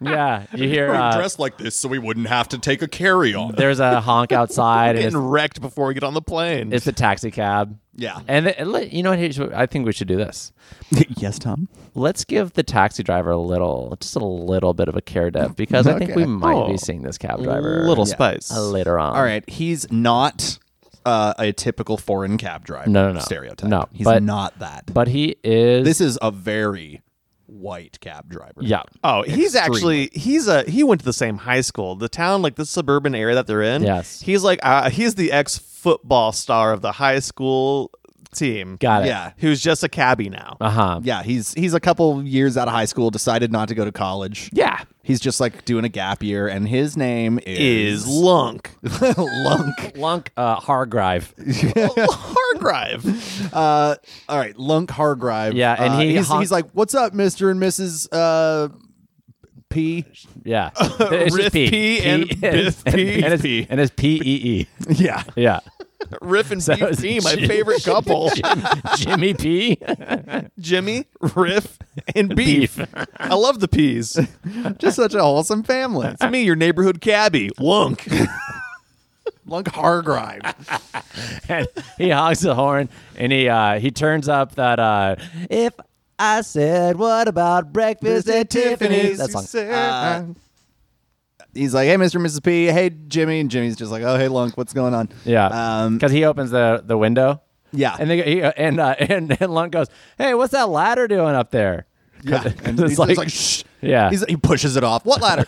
Speaker 4: yeah you hear
Speaker 5: we
Speaker 4: uh,
Speaker 5: dressed like this so we wouldn't have to take a carry on.
Speaker 4: there's a honk outside and
Speaker 3: Getting
Speaker 4: it's,
Speaker 3: wrecked before we get on the plane.
Speaker 4: it's a taxi cab
Speaker 2: Yeah.
Speaker 4: and it- it- you know what here's what- i think we should do this
Speaker 2: yes, Tom.
Speaker 4: let's give the taxi driver a little, just a little bit of a care debt because I think
Speaker 2: Okay.
Speaker 4: we might
Speaker 3: Oh.
Speaker 4: be seeing this cab driver
Speaker 3: little
Speaker 4: Yeah.
Speaker 3: spice.
Speaker 4: Uh, later on.
Speaker 2: All right, he's not uh, a typical foreign cab driver.
Speaker 4: No, no, no.
Speaker 2: stereotype.
Speaker 4: No,
Speaker 2: he's
Speaker 4: but-
Speaker 2: not that.
Speaker 4: but he is
Speaker 2: this is a very white cab driver.
Speaker 4: yeah,
Speaker 3: Oh, he's actually he's a he went to the same high school. The town, like the suburban area that they're in.
Speaker 4: Yes.
Speaker 3: he's like uh, he's the ex football star of the high school team.
Speaker 4: got it.
Speaker 2: yeah,
Speaker 3: who's just a cabbie now.
Speaker 4: uh huh.
Speaker 2: yeah. He's he's a couple years out of high school, decided not to go to college.
Speaker 4: Yeah,
Speaker 2: He's just like doing a gap year, and his name
Speaker 3: Is
Speaker 2: is,
Speaker 3: Lunk
Speaker 2: Lunk.
Speaker 4: Lunk uh, Hargrive.
Speaker 3: Hargrive?
Speaker 2: Uh, all right, Lunk Hargrive.
Speaker 4: Yeah, and
Speaker 2: Uh,
Speaker 4: he
Speaker 2: he's,
Speaker 4: honk-
Speaker 2: he's like, "What's up, Mister and Mrs. Uh, P?"
Speaker 4: Yeah, it's just
Speaker 3: Riff
Speaker 4: P,
Speaker 3: P and Biff P.
Speaker 4: and, it's, and it's P E E.
Speaker 2: Yeah,
Speaker 4: Yeah,
Speaker 3: Riff and so
Speaker 4: it's
Speaker 3: P, my
Speaker 4: Jim-
Speaker 3: favorite couple.
Speaker 4: Jimmy P.
Speaker 3: Jimmy, Riff, and Beef. I love the peas.
Speaker 2: just such a wholesome family.
Speaker 3: It's me, your neighborhood cabbie, Lunk.
Speaker 2: Lunk Hargrive.
Speaker 4: and he honks the horn and he uh, he turns up that uh, if I said what about breakfast at Tiffany's that song. Uh,
Speaker 2: he's like, "Hey, Mr. and Mrs. P. Hey, Jimmy," and Jimmy's just like, "Oh, hey, Lunk, what's going on?"
Speaker 4: Yeah,
Speaker 2: um,
Speaker 4: because he opens the the window.
Speaker 2: Yeah.
Speaker 4: and they, he, uh, and, uh, and and Lunk goes, "Hey, what's that ladder doing up there?"
Speaker 2: yeah. And
Speaker 4: it's
Speaker 2: he's, like,
Speaker 4: like-
Speaker 2: he's like, "Shh."
Speaker 4: Yeah,
Speaker 2: He's, he pushes it off. What ladder?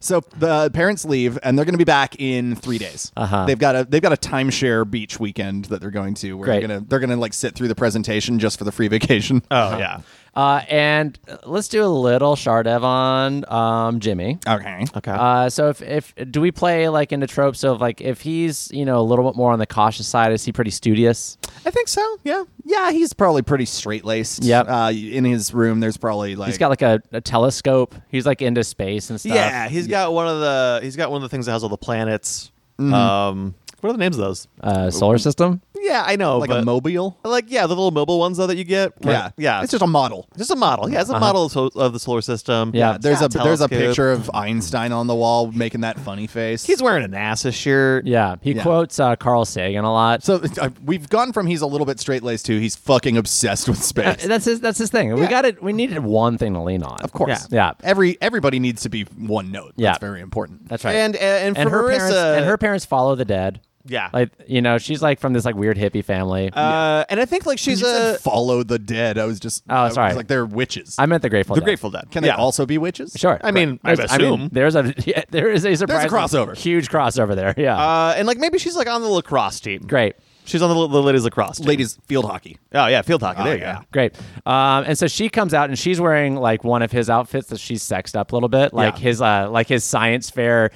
Speaker 2: so the parents leave, and they're going to be back in three days.
Speaker 4: Uh-huh.
Speaker 2: They've got a they've got a timeshare beach weekend that they're going to. Where
Speaker 4: Great.
Speaker 2: they're going to they're going to like sit through the presentation just for the free vacation.
Speaker 3: Oh yeah.
Speaker 4: uh, and uh, let's do a little Shardev on um, Jimmy.
Speaker 2: okay.
Speaker 3: Okay.
Speaker 4: Uh, so if, if do we play like into tropes of like if he's you know a little bit more on the cautious side is he pretty studious
Speaker 3: I think so. Yeah.
Speaker 2: Yeah, he's probably pretty straight laced.
Speaker 4: Yep.
Speaker 2: Uh, in his room, there's probably like
Speaker 4: he's got like a, a telescope he's like into space and stuff
Speaker 3: Yeah, he's got one of the he's got one of the things that has all the planets. Um, what are the names of those?
Speaker 4: uh, solar system
Speaker 3: Yeah, I know,
Speaker 2: like
Speaker 3: but
Speaker 2: a mobile.
Speaker 3: like yeah, the little mobile ones though that you get.
Speaker 2: Yeah,
Speaker 3: Like, yeah.
Speaker 2: It's just a model.
Speaker 3: just a model. Yeah, it's a model of, so- of the solar system.
Speaker 4: Yeah.
Speaker 2: There's a
Speaker 3: It's got
Speaker 2: there's a
Speaker 3: telescope.
Speaker 2: picture of Einstein on the wall making that funny face.
Speaker 3: He's wearing a NASA shirt.
Speaker 4: yeah he
Speaker 2: Yeah.
Speaker 4: quotes uh, Carl Sagan a lot
Speaker 2: So uh, we've gone from he's a little bit straight laced to he's fucking obsessed with space.
Speaker 4: Uh, that's his that's his thing we got it we needed one thing to lean on
Speaker 2: of course.
Speaker 4: yeah, yeah.
Speaker 2: Every everybody needs to be one note.
Speaker 4: Yeah.
Speaker 2: That's very important.
Speaker 4: that's right
Speaker 3: And and, and,
Speaker 4: and
Speaker 3: for
Speaker 4: her
Speaker 3: Marissa,
Speaker 4: parents and her parents follow the dead.
Speaker 3: Yeah.
Speaker 4: like you know, she's like from this like weird hippie family.
Speaker 3: uh, and I think like she's
Speaker 2: You said
Speaker 3: a
Speaker 2: follow the dead. I was just
Speaker 4: Oh,
Speaker 2: I was
Speaker 4: sorry.
Speaker 2: like they're witches.
Speaker 4: I meant the Grateful.
Speaker 3: the
Speaker 4: Dead.
Speaker 3: Grateful Dead.
Speaker 2: Can
Speaker 3: yeah.
Speaker 2: they also be witches?
Speaker 4: Sure.
Speaker 3: I mean,
Speaker 4: There's-
Speaker 3: I'd assume.
Speaker 4: there's a yeah, there is a surprise.
Speaker 2: crossover.
Speaker 4: Huge crossover there. Yeah.
Speaker 3: Uh, and like maybe she's like on the lacrosse team.
Speaker 4: Great.
Speaker 3: She's on the, the ladies lacrosse. team.
Speaker 2: Ladies field hockey.
Speaker 3: Oh yeah, field hockey. there you
Speaker 2: yeah.
Speaker 3: go.
Speaker 4: Great. Um, and so she comes out and she's wearing like one of his outfits that she's sexed up a little bit, like
Speaker 3: Yeah.
Speaker 4: his uh, like his science fair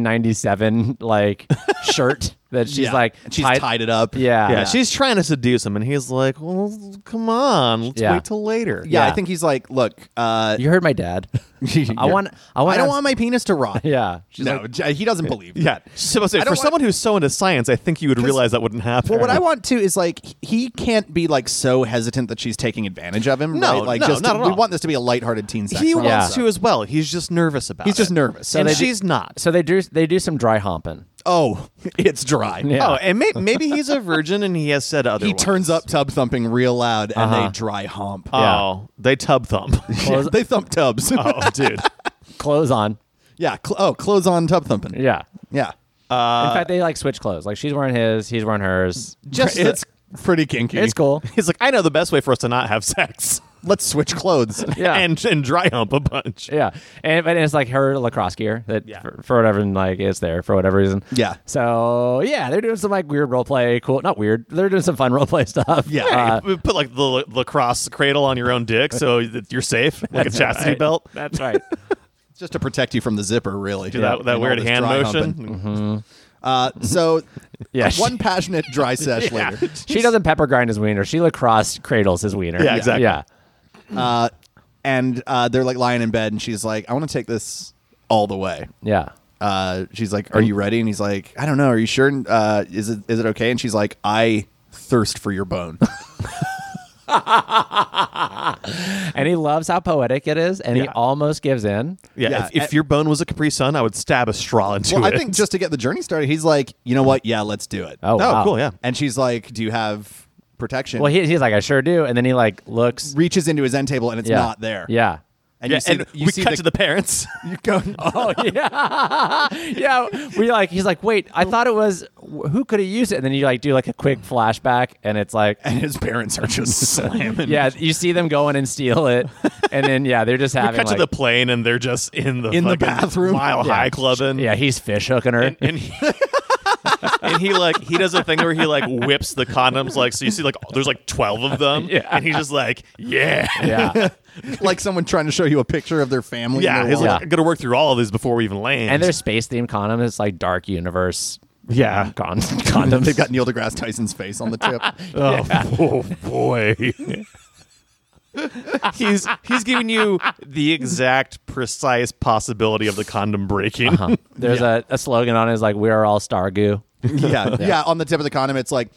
Speaker 4: 1997 like shirt that she's
Speaker 2: Yeah.
Speaker 4: like
Speaker 2: And she's tied it up.
Speaker 4: Yeah.
Speaker 3: Yeah, she's trying to seduce him, and he's like, "Well, come on, let's
Speaker 4: Yeah.
Speaker 3: wait till later."
Speaker 2: Yeah,
Speaker 4: Yeah.
Speaker 2: I think he's like, look, uh,
Speaker 4: you heard my dad. I want. I want.
Speaker 2: I don't want my penis to rot.
Speaker 4: Yeah. She's
Speaker 2: no, j- he doesn't believe.
Speaker 3: yeah. So I was saying,
Speaker 2: I
Speaker 3: for
Speaker 2: don't
Speaker 3: someone who's so into science, I think you would realize that wouldn't happen.
Speaker 2: Well, what I want to is like h- he can't be like so hesitant that she's taking advantage of him.
Speaker 3: No,
Speaker 2: right? like
Speaker 3: no,
Speaker 2: just
Speaker 3: not at
Speaker 2: we
Speaker 3: all.
Speaker 2: want this to be a lighthearted teen sex.
Speaker 3: he
Speaker 2: rom-
Speaker 4: Yeah.
Speaker 3: wants to as well. He's just nervous about.
Speaker 2: He's just
Speaker 3: it.
Speaker 2: nervous. So
Speaker 3: and
Speaker 2: they-
Speaker 3: she's not.
Speaker 4: So they do. They do some dry humping.
Speaker 2: oh, it's dry.
Speaker 4: Yeah.
Speaker 3: Oh, and may- maybe he's a virgin, and he has said other.
Speaker 2: He
Speaker 3: ones.
Speaker 2: turns up tub thumping real loud and
Speaker 3: Uh-huh.
Speaker 2: they dry hump.
Speaker 3: Oh, they tub thump.
Speaker 4: Clothes,
Speaker 2: they thump tubs.
Speaker 3: oh, dude.
Speaker 4: clothes on.
Speaker 2: yeah. Cl- oh, clothes on tub thumping.
Speaker 4: Yeah.
Speaker 2: Yeah.
Speaker 4: In fact, they like switch clothes. Like she's wearing his, he's wearing hers.
Speaker 2: Just it's pretty kinky.
Speaker 4: It's cool.
Speaker 3: He's like, I know the best way for us to not have sex.
Speaker 2: Let's switch clothes.
Speaker 4: Yeah.
Speaker 3: and and dry hump a bunch.
Speaker 4: Yeah, and but it's like her lacrosse gear that
Speaker 3: Yeah.
Speaker 4: for, for whatever like it's there for whatever reason.
Speaker 2: Yeah.
Speaker 4: So yeah, they're doing some like weird role play. Cool, not weird. They're doing some fun role play stuff.
Speaker 2: Yeah.
Speaker 4: Uh,
Speaker 3: Hey, put like the la- lacrosse cradle on your own dick so that you're safe, like a chastity belt.
Speaker 4: that's right.
Speaker 2: just to protect you from the zipper, really.
Speaker 3: Do that, that
Speaker 2: And all
Speaker 3: weird
Speaker 2: this
Speaker 3: hand
Speaker 2: dry
Speaker 3: motion. Mm-hmm.
Speaker 2: humping. Mm-hmm. Uh, so,
Speaker 4: Yeah, she-
Speaker 2: one passionate dry sesh later.
Speaker 4: she doesn't pepper grind his wiener. She lacrosse cradles his wiener.
Speaker 3: Yeah, exactly.
Speaker 4: Yeah.
Speaker 2: Uh, and uh, they're like lying in bed, and she's like, I want to take this all the way.
Speaker 4: Yeah.
Speaker 2: Uh, she's like, Are you ready? And he's like, I don't know. Are you sure? Uh, is it is it okay? And she's like, I thirst for your bone.
Speaker 4: And he loves how poetic it is, and he
Speaker 3: Yeah.
Speaker 4: almost gives in.
Speaker 3: Yeah,
Speaker 2: Yeah,
Speaker 3: if, if
Speaker 2: and-
Speaker 3: your bone was a Capri Sun, I would stab a straw into
Speaker 2: well, I
Speaker 3: it.
Speaker 2: think just to get the journey started, he's like, You know what? Yeah, let's do it.
Speaker 4: Oh,
Speaker 3: Oh,
Speaker 4: wow.
Speaker 3: cool, yeah.
Speaker 2: And she's like, Do you have protection?
Speaker 4: Well, he, he's like, I sure do, and then he like looks.
Speaker 2: reaches into his end table, and it's
Speaker 4: Yeah.
Speaker 2: not there.
Speaker 4: Yeah.
Speaker 2: And
Speaker 3: yeah,
Speaker 2: you see,
Speaker 3: and
Speaker 2: you
Speaker 3: we
Speaker 2: see
Speaker 3: cut to the parents.
Speaker 2: you go,
Speaker 4: Oh yeah, yeah. We like he's like, wait, I thought it was who could have used it, and then you like do like a quick flashback, and it's like,
Speaker 2: and his parents are just slamming.
Speaker 4: yeah, you see them going and steal it, and then yeah, they're just
Speaker 3: we
Speaker 4: having
Speaker 3: cut
Speaker 4: like,
Speaker 3: to the plane, and they're just in the
Speaker 2: In the
Speaker 3: fucking
Speaker 2: bathroom?
Speaker 3: mile
Speaker 4: Yeah.
Speaker 3: high clubbing.
Speaker 4: yeah, he's fish hooking her.
Speaker 3: and and he, and he like he does a thing where he like whips the condoms like so you see like there's like twelve of them,
Speaker 4: Yeah.
Speaker 3: and he's just like yeah.
Speaker 4: yeah,
Speaker 2: like someone trying to show you a picture of their family. and
Speaker 3: Yeah,
Speaker 2: their
Speaker 3: he's
Speaker 2: wife.
Speaker 3: like,
Speaker 4: Yeah.
Speaker 3: I'm gonna work through all of these before we even land.
Speaker 4: and there's space themed condoms. It's like dark universe.
Speaker 3: Yeah.
Speaker 4: con- condoms.
Speaker 2: They've got Neil deGrasse Tyson's face on the tip.
Speaker 3: Oh, oh boy. he's he's giving you the exact precise possibility of the condom breaking.
Speaker 4: There's a, a slogan on it is like, "We are all star goo."
Speaker 2: yeah, yeah. On the tip of the condom, it's like,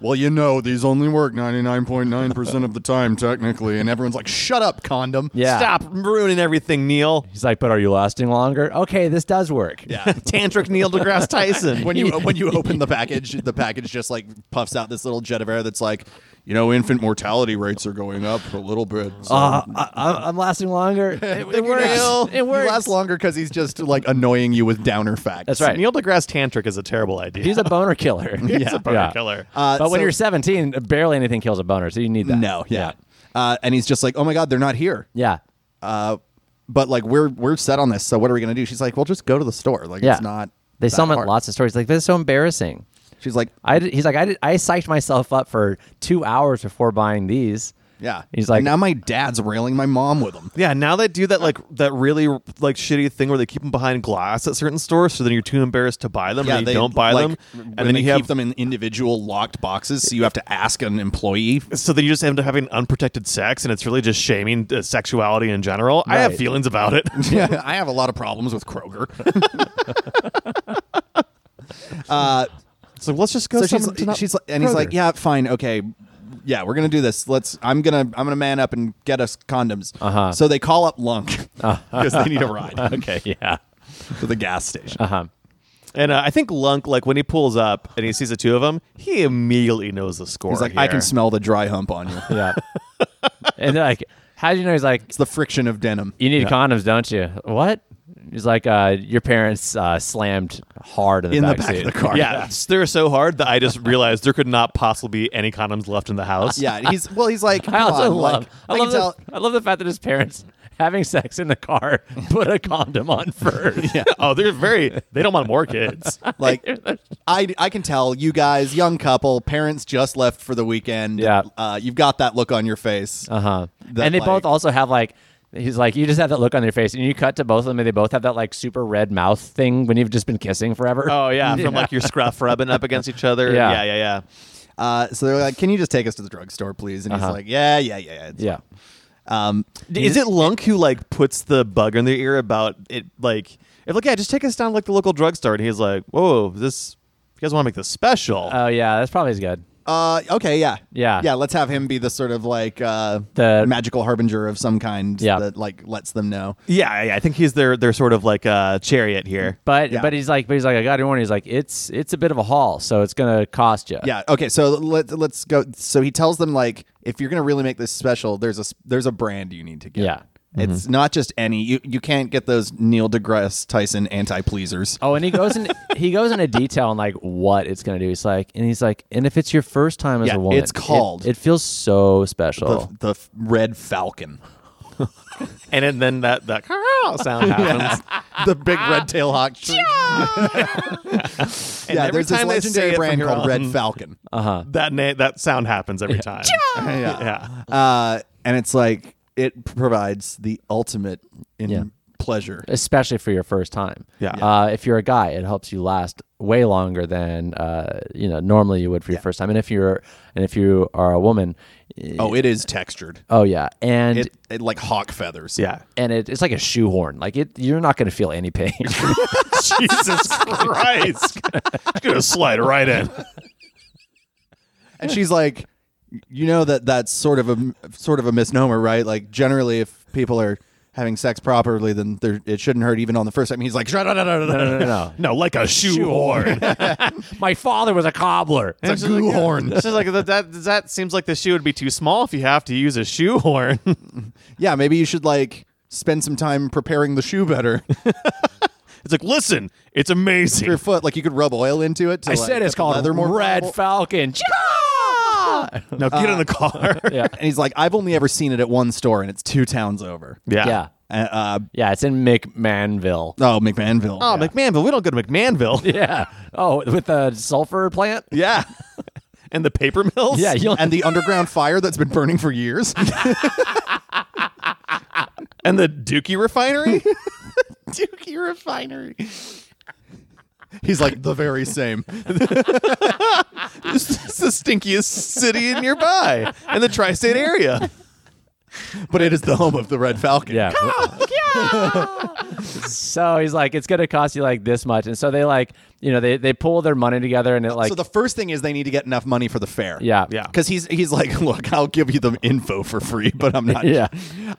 Speaker 2: well, you know, these only work ninety nine point nine percent of the time, technically. And everyone's like, shut up, condom.
Speaker 4: Yeah.
Speaker 3: Stop ruining everything, Neil.
Speaker 4: He's like, "But are you lasting longer?" Okay, this does work.
Speaker 2: Yeah.
Speaker 3: Tantric Neil deGrasse Tyson.
Speaker 2: When you when you open the package, the package just like puffs out this little jet of air that's like, you know, infant mortality rates are going up a little bit. So.
Speaker 4: Uh, I, I- I'm lasting longer. It, it works. It works.
Speaker 2: He lasts longer because he's just like annoying you with downer facts.
Speaker 4: That's right.
Speaker 3: Neil deGrasse Tantric is a terrible idea.
Speaker 4: He's a boner killer.
Speaker 3: He's a boner killer.
Speaker 2: Uh,
Speaker 4: but when
Speaker 2: so-
Speaker 4: you're 17, barely anything kills a boner, so you need that.
Speaker 2: no, yeah. Uh, and he's just like, oh my god, they're not here.
Speaker 4: Yeah.
Speaker 2: uh, but like we're we're set on this. So what are we gonna do? She's like, well, just go to the store. Like
Speaker 4: Yeah.
Speaker 2: it's not.
Speaker 4: They
Speaker 2: that
Speaker 4: sell him
Speaker 2: hard.
Speaker 4: lots of stories. Like, this is so embarrassing.
Speaker 2: She's like,
Speaker 4: I did, he's like, I, did, I psyched myself up for two hours before buying these.
Speaker 2: yeah.
Speaker 4: He's like-
Speaker 2: And now my dad's railing my mom with them.
Speaker 3: yeah, now they do that like that really like shitty thing where they keep them behind glass at certain stores, so then you're too embarrassed to buy them,
Speaker 2: Yeah,
Speaker 3: and you
Speaker 2: they,
Speaker 3: don't buy
Speaker 2: like,
Speaker 3: them,
Speaker 2: when
Speaker 3: and then
Speaker 2: they
Speaker 3: you have
Speaker 2: keep them in individual locked boxes, so you have to ask an employee.
Speaker 3: so then you just end up having unprotected sex, and it's really just shaming uh, sexuality in general. I have
Speaker 4: Right.
Speaker 3: feelings about it.
Speaker 2: I have a lot of problems with Kroger. uh,
Speaker 3: So let's just go.
Speaker 2: so she's she's like- and he's like, yeah, fine, okay. Yeah, we're gonna do this. Let's. I'm gonna. I'm gonna man up and get us condoms.
Speaker 4: Uh-huh.
Speaker 2: So they call up Lunk because they need a ride
Speaker 4: Okay, yeah.
Speaker 2: to the gas station.
Speaker 4: Uh-huh.
Speaker 3: and uh, I think Lunk, like when he pulls up and he sees the two of them, he immediately knows the score.
Speaker 2: He's like, I
Speaker 3: here."
Speaker 2: can smell the dry hump on you.
Speaker 4: Yeah. and they're like, how do you know? He's like,
Speaker 2: It's the friction of denim.
Speaker 4: you need condoms, don't you? What? He's like, uh, your parents uh, slammed hard in the
Speaker 2: In the
Speaker 4: back
Speaker 2: back of
Speaker 4: seat.
Speaker 2: the car.
Speaker 3: Yeah, it's- they're so hard that I just realized there could not possibly be any condoms left in the house.
Speaker 2: Yeah. and He's well. He's like.
Speaker 4: I
Speaker 2: "Come
Speaker 4: also
Speaker 2: on,"
Speaker 4: love,
Speaker 2: Like,
Speaker 4: I,
Speaker 2: I
Speaker 4: love
Speaker 2: can
Speaker 4: the,
Speaker 2: tell-
Speaker 4: I love the fact that his parents having sex in the car, put a condom on first.
Speaker 2: Yeah.
Speaker 3: oh, they're very. They don't want more kids.
Speaker 2: Like, I, I can tell you guys, young couple, parents just left for the weekend.
Speaker 4: Yeah.
Speaker 2: Uh, you've got that look on your face.
Speaker 4: Uh huh.
Speaker 2: That,
Speaker 4: And they
Speaker 2: like-
Speaker 4: both also have like. He's like, you just have that look on their face, and you cut to both of them, and they both have that like super red mouth thing when you've just been kissing forever.
Speaker 3: oh yeah, from like your scruff rubbing up against each other.
Speaker 4: Yeah.
Speaker 3: yeah, yeah. yeah.
Speaker 2: Uh, so they're like, can you just take us to the drugstore, please? And he's like, yeah, yeah, yeah. yeah. It's
Speaker 4: Uh-huh.
Speaker 2: um,
Speaker 4: yeah.
Speaker 3: Is it Lunk who like puts the bug in their ear about it? Like, if like, yeah, just take us down to, like the local drugstore, and he's like, "Whoa, this you guys want to make this special?"
Speaker 4: Oh yeah, that's probably as good.
Speaker 2: Uh, okay, yeah,
Speaker 4: Yeah.
Speaker 2: yeah. Let's have him be the sort of like uh,
Speaker 4: The-
Speaker 2: magical harbinger of some kind
Speaker 4: Yeah.
Speaker 2: that like lets them know.
Speaker 3: yeah, yeah, I think he's their their sort of like uh, chariot here.
Speaker 4: But
Speaker 2: Yeah.
Speaker 4: but he's like, but he's like, I got to warn you. He's like, it's it's a bit of a haul, so it's gonna cost you.
Speaker 2: Yeah. Okay. So let let's go. So he tells them like, if you're gonna really make this special, there's a s- there's a brand you need to get.
Speaker 4: Yeah. Mm-hmm.
Speaker 2: It's not just any. You you can't get those Neil deGrasse Tyson anti pleasers.
Speaker 4: Oh, and he goes in he goes into detail on like what it's gonna do. He's like, and he's like, and if it's your first time as
Speaker 2: Yeah,
Speaker 4: a woman,
Speaker 2: it's
Speaker 4: it-
Speaker 2: called-
Speaker 4: It, feels so
Speaker 3: Oh.
Speaker 4: special.
Speaker 2: The, the f- red falcon,
Speaker 3: And, and then that that "Carow" sound happens.
Speaker 2: the big red tail hawk.
Speaker 3: And
Speaker 2: yeah,
Speaker 3: every
Speaker 2: there's this
Speaker 3: time they say
Speaker 2: legendary
Speaker 3: it
Speaker 2: brand
Speaker 3: from here
Speaker 2: called Red
Speaker 3: on, Uh-huh.
Speaker 2: Falcon.
Speaker 3: That na- that sound happens every time.
Speaker 2: Yeah.
Speaker 3: yeah.
Speaker 2: uh, and it's like it provides the ultimate in
Speaker 4: Yeah.
Speaker 2: pleasure.
Speaker 3: Uh,
Speaker 4: Especially for your first time.
Speaker 3: Yeah.
Speaker 4: Uh, if you're a guy, it helps you last way longer than uh, you know normally you would for your first time. And if you're and if you are a woman, eh,
Speaker 2: Oh, it is textured.
Speaker 4: oh yeah, and
Speaker 2: It, it like hawk feathers.
Speaker 3: Yeah.
Speaker 4: and it, it's like a shoehorn. Like it, you're not gonna feel any pain.
Speaker 3: Jesus Christ. It's gonna slide right in.
Speaker 2: and she's like, you know that that's sort of a sort of a misnomer, right? Like generally, if people are having sex properly, then they're, it shouldn't hurt even on the first time. He's like, no, no, no, no, no,
Speaker 4: no, no, no.
Speaker 3: No, like a shoehorn.
Speaker 4: My father was a cobbler.
Speaker 2: it's a goo horn.
Speaker 3: It's just like that, that. That seems like the shoe would be too small if you have to use a shoehorn.
Speaker 2: yeah, maybe you should like spend some time preparing the shoe better.
Speaker 3: It's like, listen, it's amazing.
Speaker 2: Your foot, like you could rub oil into it. To,
Speaker 4: I
Speaker 2: like,
Speaker 4: said
Speaker 2: get
Speaker 4: it's
Speaker 2: the
Speaker 4: called
Speaker 2: leather more
Speaker 4: Red
Speaker 2: pliable.
Speaker 4: Falcon.
Speaker 3: Now get in the car.
Speaker 4: yeah.
Speaker 2: and he's like, I've only ever seen it at one store, and it's two towns over.
Speaker 3: yeah.
Speaker 4: Yeah.
Speaker 2: Uh, uh,
Speaker 4: Yeah, it's in McMahonville.
Speaker 2: oh, McMahonville.
Speaker 3: Oh, McMahonville. We don't go to McMahonville.
Speaker 4: Yeah. Oh, with the sulfur plant?
Speaker 3: Yeah. and the paper mills.
Speaker 4: Yeah, you'll
Speaker 2: and the underground fire that's been burning for years.
Speaker 3: And the Dookie refinery.
Speaker 2: Dookie Refinery. He's like the very same.
Speaker 3: this is the stinkiest city nearby in the tri-state area.
Speaker 2: but it is the home of the Red Falcon.
Speaker 4: Yeah. so he's like, it's gonna cost you like this much. And so they like, you know, they, they pull their money together and it like
Speaker 2: so the first thing is they need to get enough money for the fare.
Speaker 4: Yeah.
Speaker 3: Yeah.
Speaker 2: Because he's he's like, look, I'll give you the info for free, but I'm not.
Speaker 4: Yeah.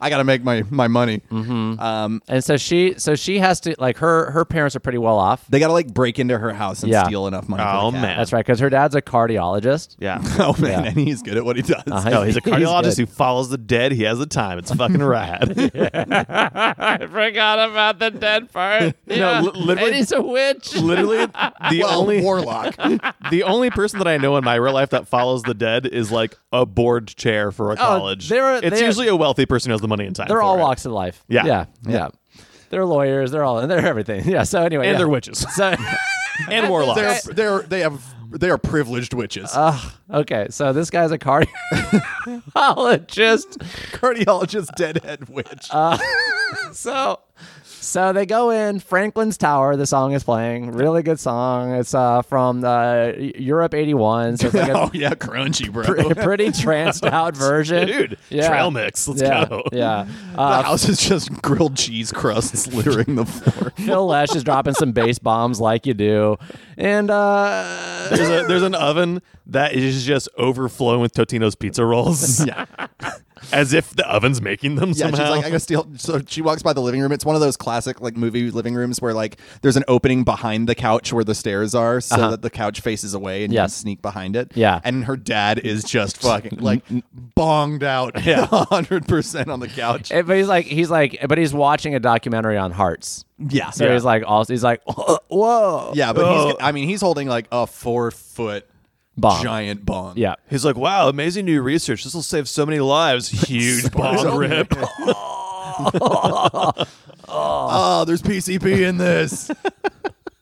Speaker 2: I got to make my my money. Um,
Speaker 4: And so she so she has to like her her parents are pretty well off.
Speaker 2: they got to like break into her house and
Speaker 4: Yeah.
Speaker 2: steal enough money.
Speaker 3: Oh,
Speaker 2: for the cab.
Speaker 3: man.
Speaker 4: That's right, because her dad's a cardiologist.
Speaker 3: Yeah.
Speaker 2: Oh man, and he's good at what he does.
Speaker 4: Uh-huh.
Speaker 3: No, he's a
Speaker 4: He's
Speaker 3: cardiologist who
Speaker 4: good.
Speaker 3: follows the dead. He has the time. It's fucking rad.
Speaker 4: I forgot about the dead part.
Speaker 3: Yeah. li- literally- And he's
Speaker 4: a witch.
Speaker 3: Literally, the
Speaker 2: Well,
Speaker 3: only
Speaker 2: warlock.
Speaker 3: the only person that I know in my real life that follows the dead is like a board chair for a college.
Speaker 4: Oh, they're-
Speaker 3: it's
Speaker 4: they're-
Speaker 3: usually a wealthy person who has the money and time.
Speaker 4: They're
Speaker 3: for
Speaker 4: all
Speaker 3: it.
Speaker 4: walks of life.
Speaker 3: Yeah.
Speaker 4: Yeah. Yeah. They're lawyers. They're all, they're everything. Yeah. So anyway.
Speaker 3: and
Speaker 4: yeah.
Speaker 3: they're witches
Speaker 4: So,
Speaker 3: and warlocks.
Speaker 2: they're they're they have they are privileged witches.
Speaker 3: Uh,
Speaker 4: okay. So this guy's a cardiologist.
Speaker 2: Cardiologist, deadhead witch.
Speaker 3: uh,
Speaker 4: so, so they go in Franklin's Tower. The song is playing. Really good song. It's uh, from uh, Europe 81. So it's like a
Speaker 2: oh yeah, crunchy bro.
Speaker 4: pre- pretty tranced out version.
Speaker 3: Dude,
Speaker 4: Yeah.
Speaker 3: trail mix. Let's
Speaker 4: yeah.
Speaker 3: go.
Speaker 4: Yeah.
Speaker 2: The
Speaker 4: Uh,
Speaker 2: house is just grilled cheese crusts littering the floor.
Speaker 4: Phil Lesh is dropping some bass bombs like you do. And, uh,
Speaker 3: There's, a, there's an oven that is just overflowing with Totino's pizza rolls.
Speaker 2: Yeah.
Speaker 3: As if the oven's making them
Speaker 2: Yeah,
Speaker 3: somehow.
Speaker 2: she's like, I gotta steal. So she walks by the living room. It's one of those classic like movie living rooms where like there's an opening behind the couch where the stairs are, so that the couch faces away and you
Speaker 4: Uh-huh. Yes.
Speaker 2: can sneak behind it.
Speaker 4: Yeah.
Speaker 2: and her dad is just fucking like bonged out, hundred percent on the couch.
Speaker 4: Eh, But he's like, he's like, but he's watching a documentary on hearts.
Speaker 2: yeah,
Speaker 4: So he's like, also, he's like, "Oh." whoa,
Speaker 2: yeah, but he's, I mean, he's holding like a four foot
Speaker 4: Bomb.
Speaker 2: giant bong.
Speaker 4: yeah,
Speaker 3: He's like, wow, amazing new research. This will save so many lives. Huge bomb rip.
Speaker 2: Ah, there's PCP in this.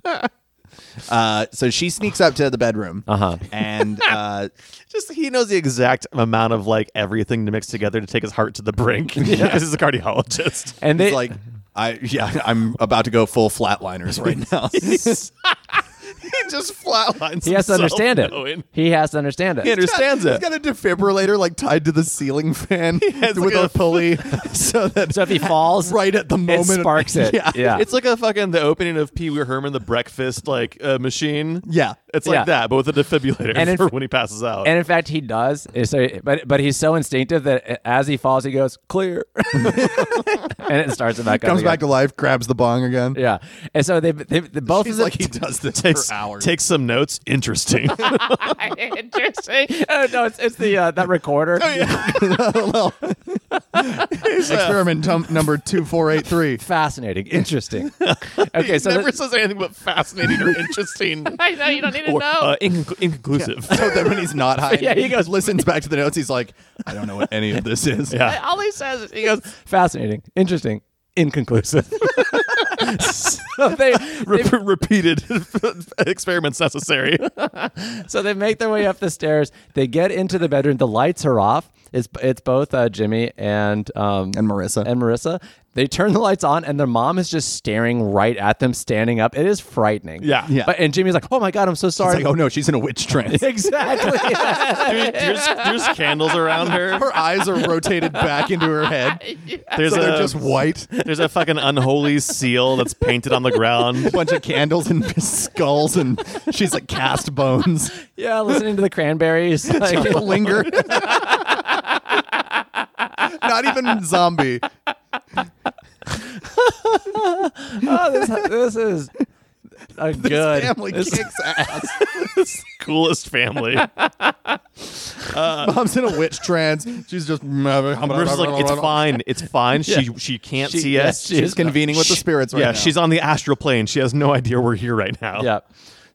Speaker 2: uh, so she sneaks up to the bedroom.
Speaker 4: Uh-huh.
Speaker 2: And uh,
Speaker 3: Just he knows the exact amount of like everything to mix together to take his heart to the brink. this is a cardiologist.
Speaker 4: And
Speaker 2: he's
Speaker 4: they
Speaker 2: like, I yeah, I'm about to go full flatliners right now.
Speaker 3: he just flatlines.
Speaker 4: he has to understand it. He has to understand it.
Speaker 3: He understands
Speaker 2: He's
Speaker 3: it.
Speaker 2: got a defibrillator like tied to the ceiling fan with
Speaker 3: like
Speaker 2: a,
Speaker 3: a-
Speaker 2: pulley, so that
Speaker 4: so if he falls,
Speaker 2: right at the moment
Speaker 4: sparks it.
Speaker 2: Yeah,
Speaker 4: Yeah.
Speaker 3: It's like a fucking the opening of Pee Wee Herman the breakfast like uh, machine.
Speaker 2: yeah.
Speaker 3: It's like
Speaker 4: Yeah.
Speaker 3: that, but with a defibrillator
Speaker 4: And in-
Speaker 3: for when he passes out.
Speaker 4: and in fact he does. It's a- but but he's so instinctive that as he falls, he goes clear, and it starts it back up
Speaker 2: Comes
Speaker 4: again.
Speaker 2: back to life, grabs the bong again.
Speaker 4: yeah, and so they, they, they both of
Speaker 2: He's
Speaker 4: them,
Speaker 2: like he does this
Speaker 3: takes
Speaker 2: for hours.
Speaker 3: takes some notes. Interesting.
Speaker 1: Interesting.
Speaker 4: oh, no, it's, it's the uh, that recorder.
Speaker 2: Oh, Experiment tum- number two four eight three.
Speaker 4: Fascinating, interesting. Okay, so
Speaker 3: Never
Speaker 4: the-
Speaker 3: says anything but fascinating or interesting
Speaker 1: I know you don't need to
Speaker 3: or
Speaker 1: know.
Speaker 3: uh, inc- inconclusive.
Speaker 2: So that when he's not high,
Speaker 4: Yeah, he goes-
Speaker 2: listens back to the notes. He's like, I don't know what any of this is.
Speaker 3: Yeah.
Speaker 1: All he says is he goes,
Speaker 4: fascinating, interesting, inconclusive. so they, they
Speaker 3: Re- repeated experiments necessary.
Speaker 4: so they make their way up the stairs. They get into the bedroom. The lights are off. It's it's both uh, Jimmy and um,
Speaker 2: And Marissa.
Speaker 4: and Marissa. They turn the lights on, and their mom is just staring right at them, standing up. It is frightening.
Speaker 3: Yeah.
Speaker 2: Yeah.
Speaker 4: But, and Jimmy's like, "Oh my god, I'm so
Speaker 2: It's
Speaker 4: sorry."
Speaker 2: like, oh no, she's in a witch trance.
Speaker 4: exactly.
Speaker 3: there's, there's candles around her.
Speaker 2: Her eyes are rotated back into her head,
Speaker 3: There's
Speaker 2: so
Speaker 3: a
Speaker 2: they're just white.
Speaker 3: there's a fucking unholy seal that's painted on the ground.
Speaker 2: Bunch of candles and skulls, and she's like cast bones.
Speaker 4: yeah, listening to the Cranberries. Like,
Speaker 2: People linger. Not even zombie.
Speaker 4: oh, this, this is a good
Speaker 2: Family kicks ass.
Speaker 3: Coolest family.
Speaker 2: Mom's in a witch trance. She's just.
Speaker 3: Marissa's like, it's fine. It's fine. She she can't
Speaker 4: She-
Speaker 3: see
Speaker 4: yeah,
Speaker 3: us.
Speaker 4: she-
Speaker 2: She's convening with the spirits right
Speaker 3: yeah,
Speaker 2: now.
Speaker 3: she's on the astral plane. She has no idea we're here right now.
Speaker 4: Yeah.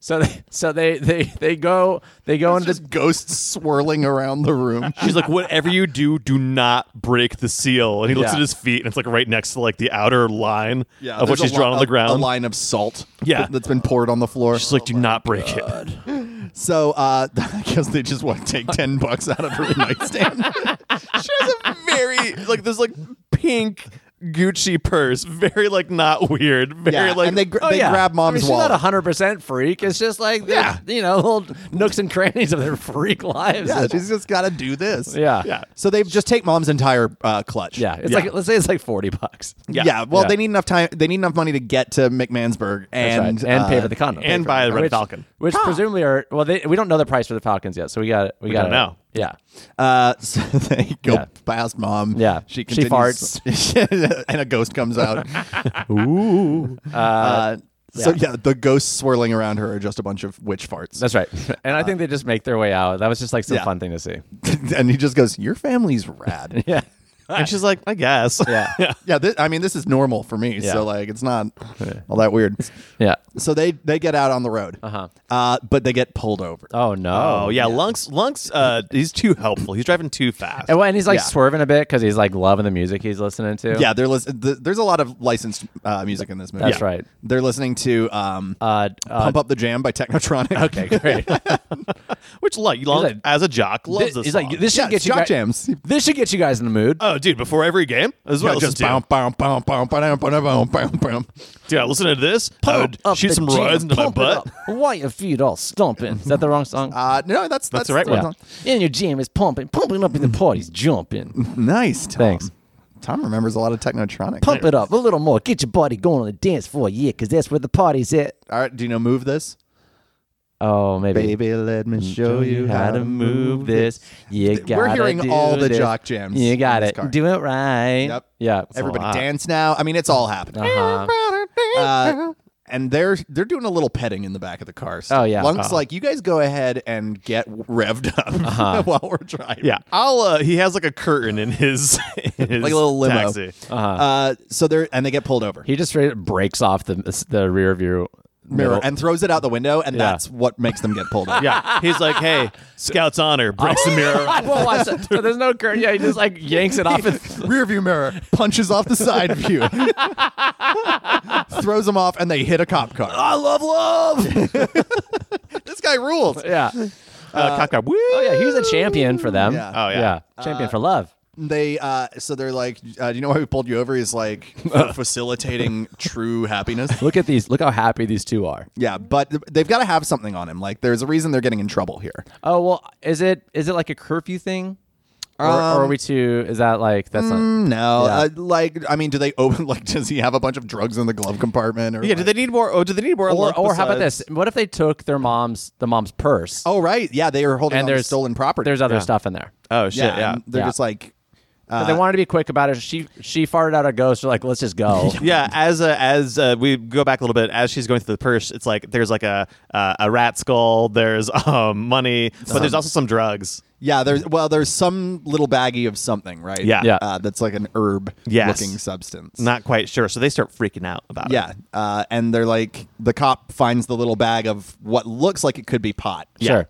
Speaker 4: So they so they they they go they go into the
Speaker 2: just ghosts swirling around the room.
Speaker 3: She's like, whatever you do, do not break the seal. And he looks
Speaker 4: Yeah.
Speaker 3: at his feet, and it's like right next to like the outer line of what
Speaker 2: there's
Speaker 3: she's
Speaker 2: a
Speaker 3: drawn
Speaker 2: li- oh
Speaker 3: on the
Speaker 2: a- A
Speaker 3: ground.
Speaker 2: line of salt.
Speaker 3: Yeah.
Speaker 2: that's been poured on the floor.
Speaker 3: She's like, do not break it.
Speaker 2: So uh, I guess they just want to take ten bucks out of her nightstand.
Speaker 3: She has a very like this like pink Gucci purse, very like not weird, very
Speaker 2: yeah,
Speaker 3: like
Speaker 2: and they gr-
Speaker 4: Oh,
Speaker 2: they
Speaker 4: yeah. I
Speaker 2: grab
Speaker 4: mean,
Speaker 2: mom's
Speaker 4: she's
Speaker 2: wallet.
Speaker 4: not a hundred percent freak. It's just like the,
Speaker 3: Yeah.
Speaker 4: you know, little nooks and crannies of their freak lives.
Speaker 2: yeah, she's just got to do this.
Speaker 4: yeah.
Speaker 3: yeah.
Speaker 2: So they just take mom's entire uh, clutch.
Speaker 4: Yeah. It's
Speaker 3: Yeah.
Speaker 4: like let's say it's like forty bucks.
Speaker 2: Yeah.
Speaker 3: Yeah.
Speaker 2: well,
Speaker 4: Yeah.
Speaker 2: they need enough time. They need enough money to get to McMansburg
Speaker 4: That's
Speaker 2: and
Speaker 4: right. and pay
Speaker 2: uh,
Speaker 4: for the condo Pay
Speaker 3: and
Speaker 4: for
Speaker 3: buy the Red
Speaker 4: which-
Speaker 3: Falcon.
Speaker 4: which presumably are well. They, we don't know the price for the Falcons yet, so we got we, got
Speaker 3: don't know.
Speaker 4: Yeah,
Speaker 2: Uh, so they go
Speaker 4: Yeah.
Speaker 2: past mom.
Speaker 4: Yeah.
Speaker 2: she
Speaker 4: She
Speaker 2: continues- and a ghost comes out. Ooh. Uh, so yeah, the ghosts swirling around her are just a bunch of witch farts.
Speaker 4: that's right. And I think they just make their way out. That was just like some
Speaker 2: yeah.
Speaker 4: fun thing to see.
Speaker 2: and he just goes, "Your family's rad."
Speaker 4: Yeah,
Speaker 3: and she's like, I guess.
Speaker 4: yeah, yeah.
Speaker 2: yeah, thi- I mean, this is normal for me,
Speaker 4: Yeah.
Speaker 2: so like, it's not all that weird. So they they get out on the road,
Speaker 4: Uh-huh.
Speaker 2: uh, but they get pulled over.
Speaker 4: Oh no.
Speaker 3: Oh yeah, Lunks Lunks uh he's too helpful. He's driving too fast.
Speaker 4: And, well, and he's like
Speaker 2: Yeah.
Speaker 4: swerving a bit because he's like loving the music he's listening to.
Speaker 2: Yeah, they're lis- th- there's a lot of licensed uh, music in this movie.
Speaker 4: That's
Speaker 2: Yeah.
Speaker 4: right.
Speaker 2: They're listening to um,
Speaker 4: Uh, uh,
Speaker 2: "Pump Up the Jam" by Technotronic.
Speaker 4: okay, great.
Speaker 3: Which like Lunks
Speaker 4: like-
Speaker 3: as a jock loves this.
Speaker 4: he's like,
Speaker 3: song.
Speaker 4: this should
Speaker 2: Yeah,
Speaker 4: get you
Speaker 2: shock
Speaker 4: guys.
Speaker 2: jams.
Speaker 4: This should get you guys in the mood.
Speaker 3: Oh dude, before every game as well.
Speaker 2: Yeah, just
Speaker 3: Just
Speaker 2: bum, bum, bum, bum, bum, bum, bum, bum, bum.
Speaker 3: dude, I listen to this. I would
Speaker 4: Pump up
Speaker 3: shoot
Speaker 4: the
Speaker 3: some
Speaker 4: jam,
Speaker 3: roids into my
Speaker 4: pump it
Speaker 3: butt.
Speaker 4: up. Why your feet all stomping? Is that the wrong song?
Speaker 2: Uh, no, that's that's,
Speaker 3: the right
Speaker 2: that's
Speaker 4: yeah. And your jam is pumping, pumping up in the party's jumping.
Speaker 2: not- Nice, Tom.
Speaker 4: Thanks.
Speaker 2: Tom remembers a lot of Technotronic.
Speaker 4: Pump it up a little more. Get your body going on the dance floor, yeah, because that's where the party's at.
Speaker 2: All right, do you know move this?
Speaker 4: Oh, maybe.
Speaker 2: Baby, let me show you how to move this.
Speaker 4: this. You got
Speaker 2: We're hearing all the jock jams
Speaker 4: You got
Speaker 2: in this
Speaker 4: it.
Speaker 2: car.
Speaker 4: Do it right.
Speaker 2: Yep.
Speaker 4: Yeah.
Speaker 2: Everybody
Speaker 3: lot.
Speaker 2: dance now. I mean, it's all happening.
Speaker 4: Uh-huh.
Speaker 2: Uh, and they're they're doing a little petting in the back of the car. So
Speaker 4: Oh, yeah.
Speaker 2: Lunk's
Speaker 4: Oh.
Speaker 2: like, you guys go ahead and get revved up while we're driving.
Speaker 3: Yeah, I'll. Uh, he has like a curtain in his, in his
Speaker 2: like a little limo.
Speaker 3: taxi.
Speaker 2: Uh, so they're and they get pulled over.
Speaker 4: He just straight up breaks off the the rear view
Speaker 2: mirror
Speaker 4: middle-
Speaker 2: and throws it out the window, and
Speaker 4: Yeah.
Speaker 2: that's what makes them get pulled up.
Speaker 3: Yeah, he's like, "Hey, Scout's honor," breaks the mirror.
Speaker 4: I won't watch that. So there's no curtain. Yeah, he just like yanks it off. And
Speaker 2: Rear view mirror punches off the side view, throws them off, and they hit a cop car. I love love. this guy rules.
Speaker 4: yeah.
Speaker 3: Uh, cock, cock, woo.
Speaker 4: Oh yeah, he's a champion for them.
Speaker 2: Yeah.
Speaker 3: Oh, yeah.
Speaker 4: Champion for love.
Speaker 2: They uh, so they're like, uh, do you know why we pulled you over? He's like for facilitating true happiness.
Speaker 4: Look at these. Look how happy these two are.
Speaker 2: Yeah, but th- they've got to have something on him. Like, there's a reason they're getting in trouble here.
Speaker 4: Oh well, is it is it like a curfew thing, or, or are we too? Is that like that's not?
Speaker 2: No,
Speaker 4: Yeah.
Speaker 2: uh, like, I mean, do they open? Like, does he have a bunch of drugs in the glove compartment? Or
Speaker 3: Yeah, do
Speaker 2: like-
Speaker 3: they need more? Oh, do they need more?
Speaker 4: Or
Speaker 3: love
Speaker 4: or how about
Speaker 3: besides-
Speaker 4: this? What if they took their mom's the mom's purse
Speaker 2: Oh, right. Yeah, they are holding
Speaker 4: and
Speaker 2: on to
Speaker 4: there's
Speaker 2: stolen property.
Speaker 4: There's other stuff in there.
Speaker 3: Oh shit!
Speaker 2: yeah,
Speaker 3: Yeah,
Speaker 2: and
Speaker 3: yeah.
Speaker 2: they're
Speaker 4: Yeah.
Speaker 2: just like,
Speaker 4: But they wanted to be quick about it. She she farted out a ghost. They're like, let's just go.
Speaker 3: as uh, as uh, we go back a little bit, as she's going through the purse, it's like there's like a uh, a rat skull. There's um, money, but there's also some drugs.
Speaker 2: yeah, there's well, there's some little baggie of something, right?
Speaker 3: Yeah.
Speaker 4: Yeah.
Speaker 2: Uh, that's like an herb
Speaker 3: Yes.
Speaker 2: looking substance.
Speaker 3: Not quite sure, so they start freaking out about
Speaker 2: yeah,
Speaker 3: it.
Speaker 2: uh, and they're like, the cop finds the little bag of what looks like it could be pot.
Speaker 4: Sure.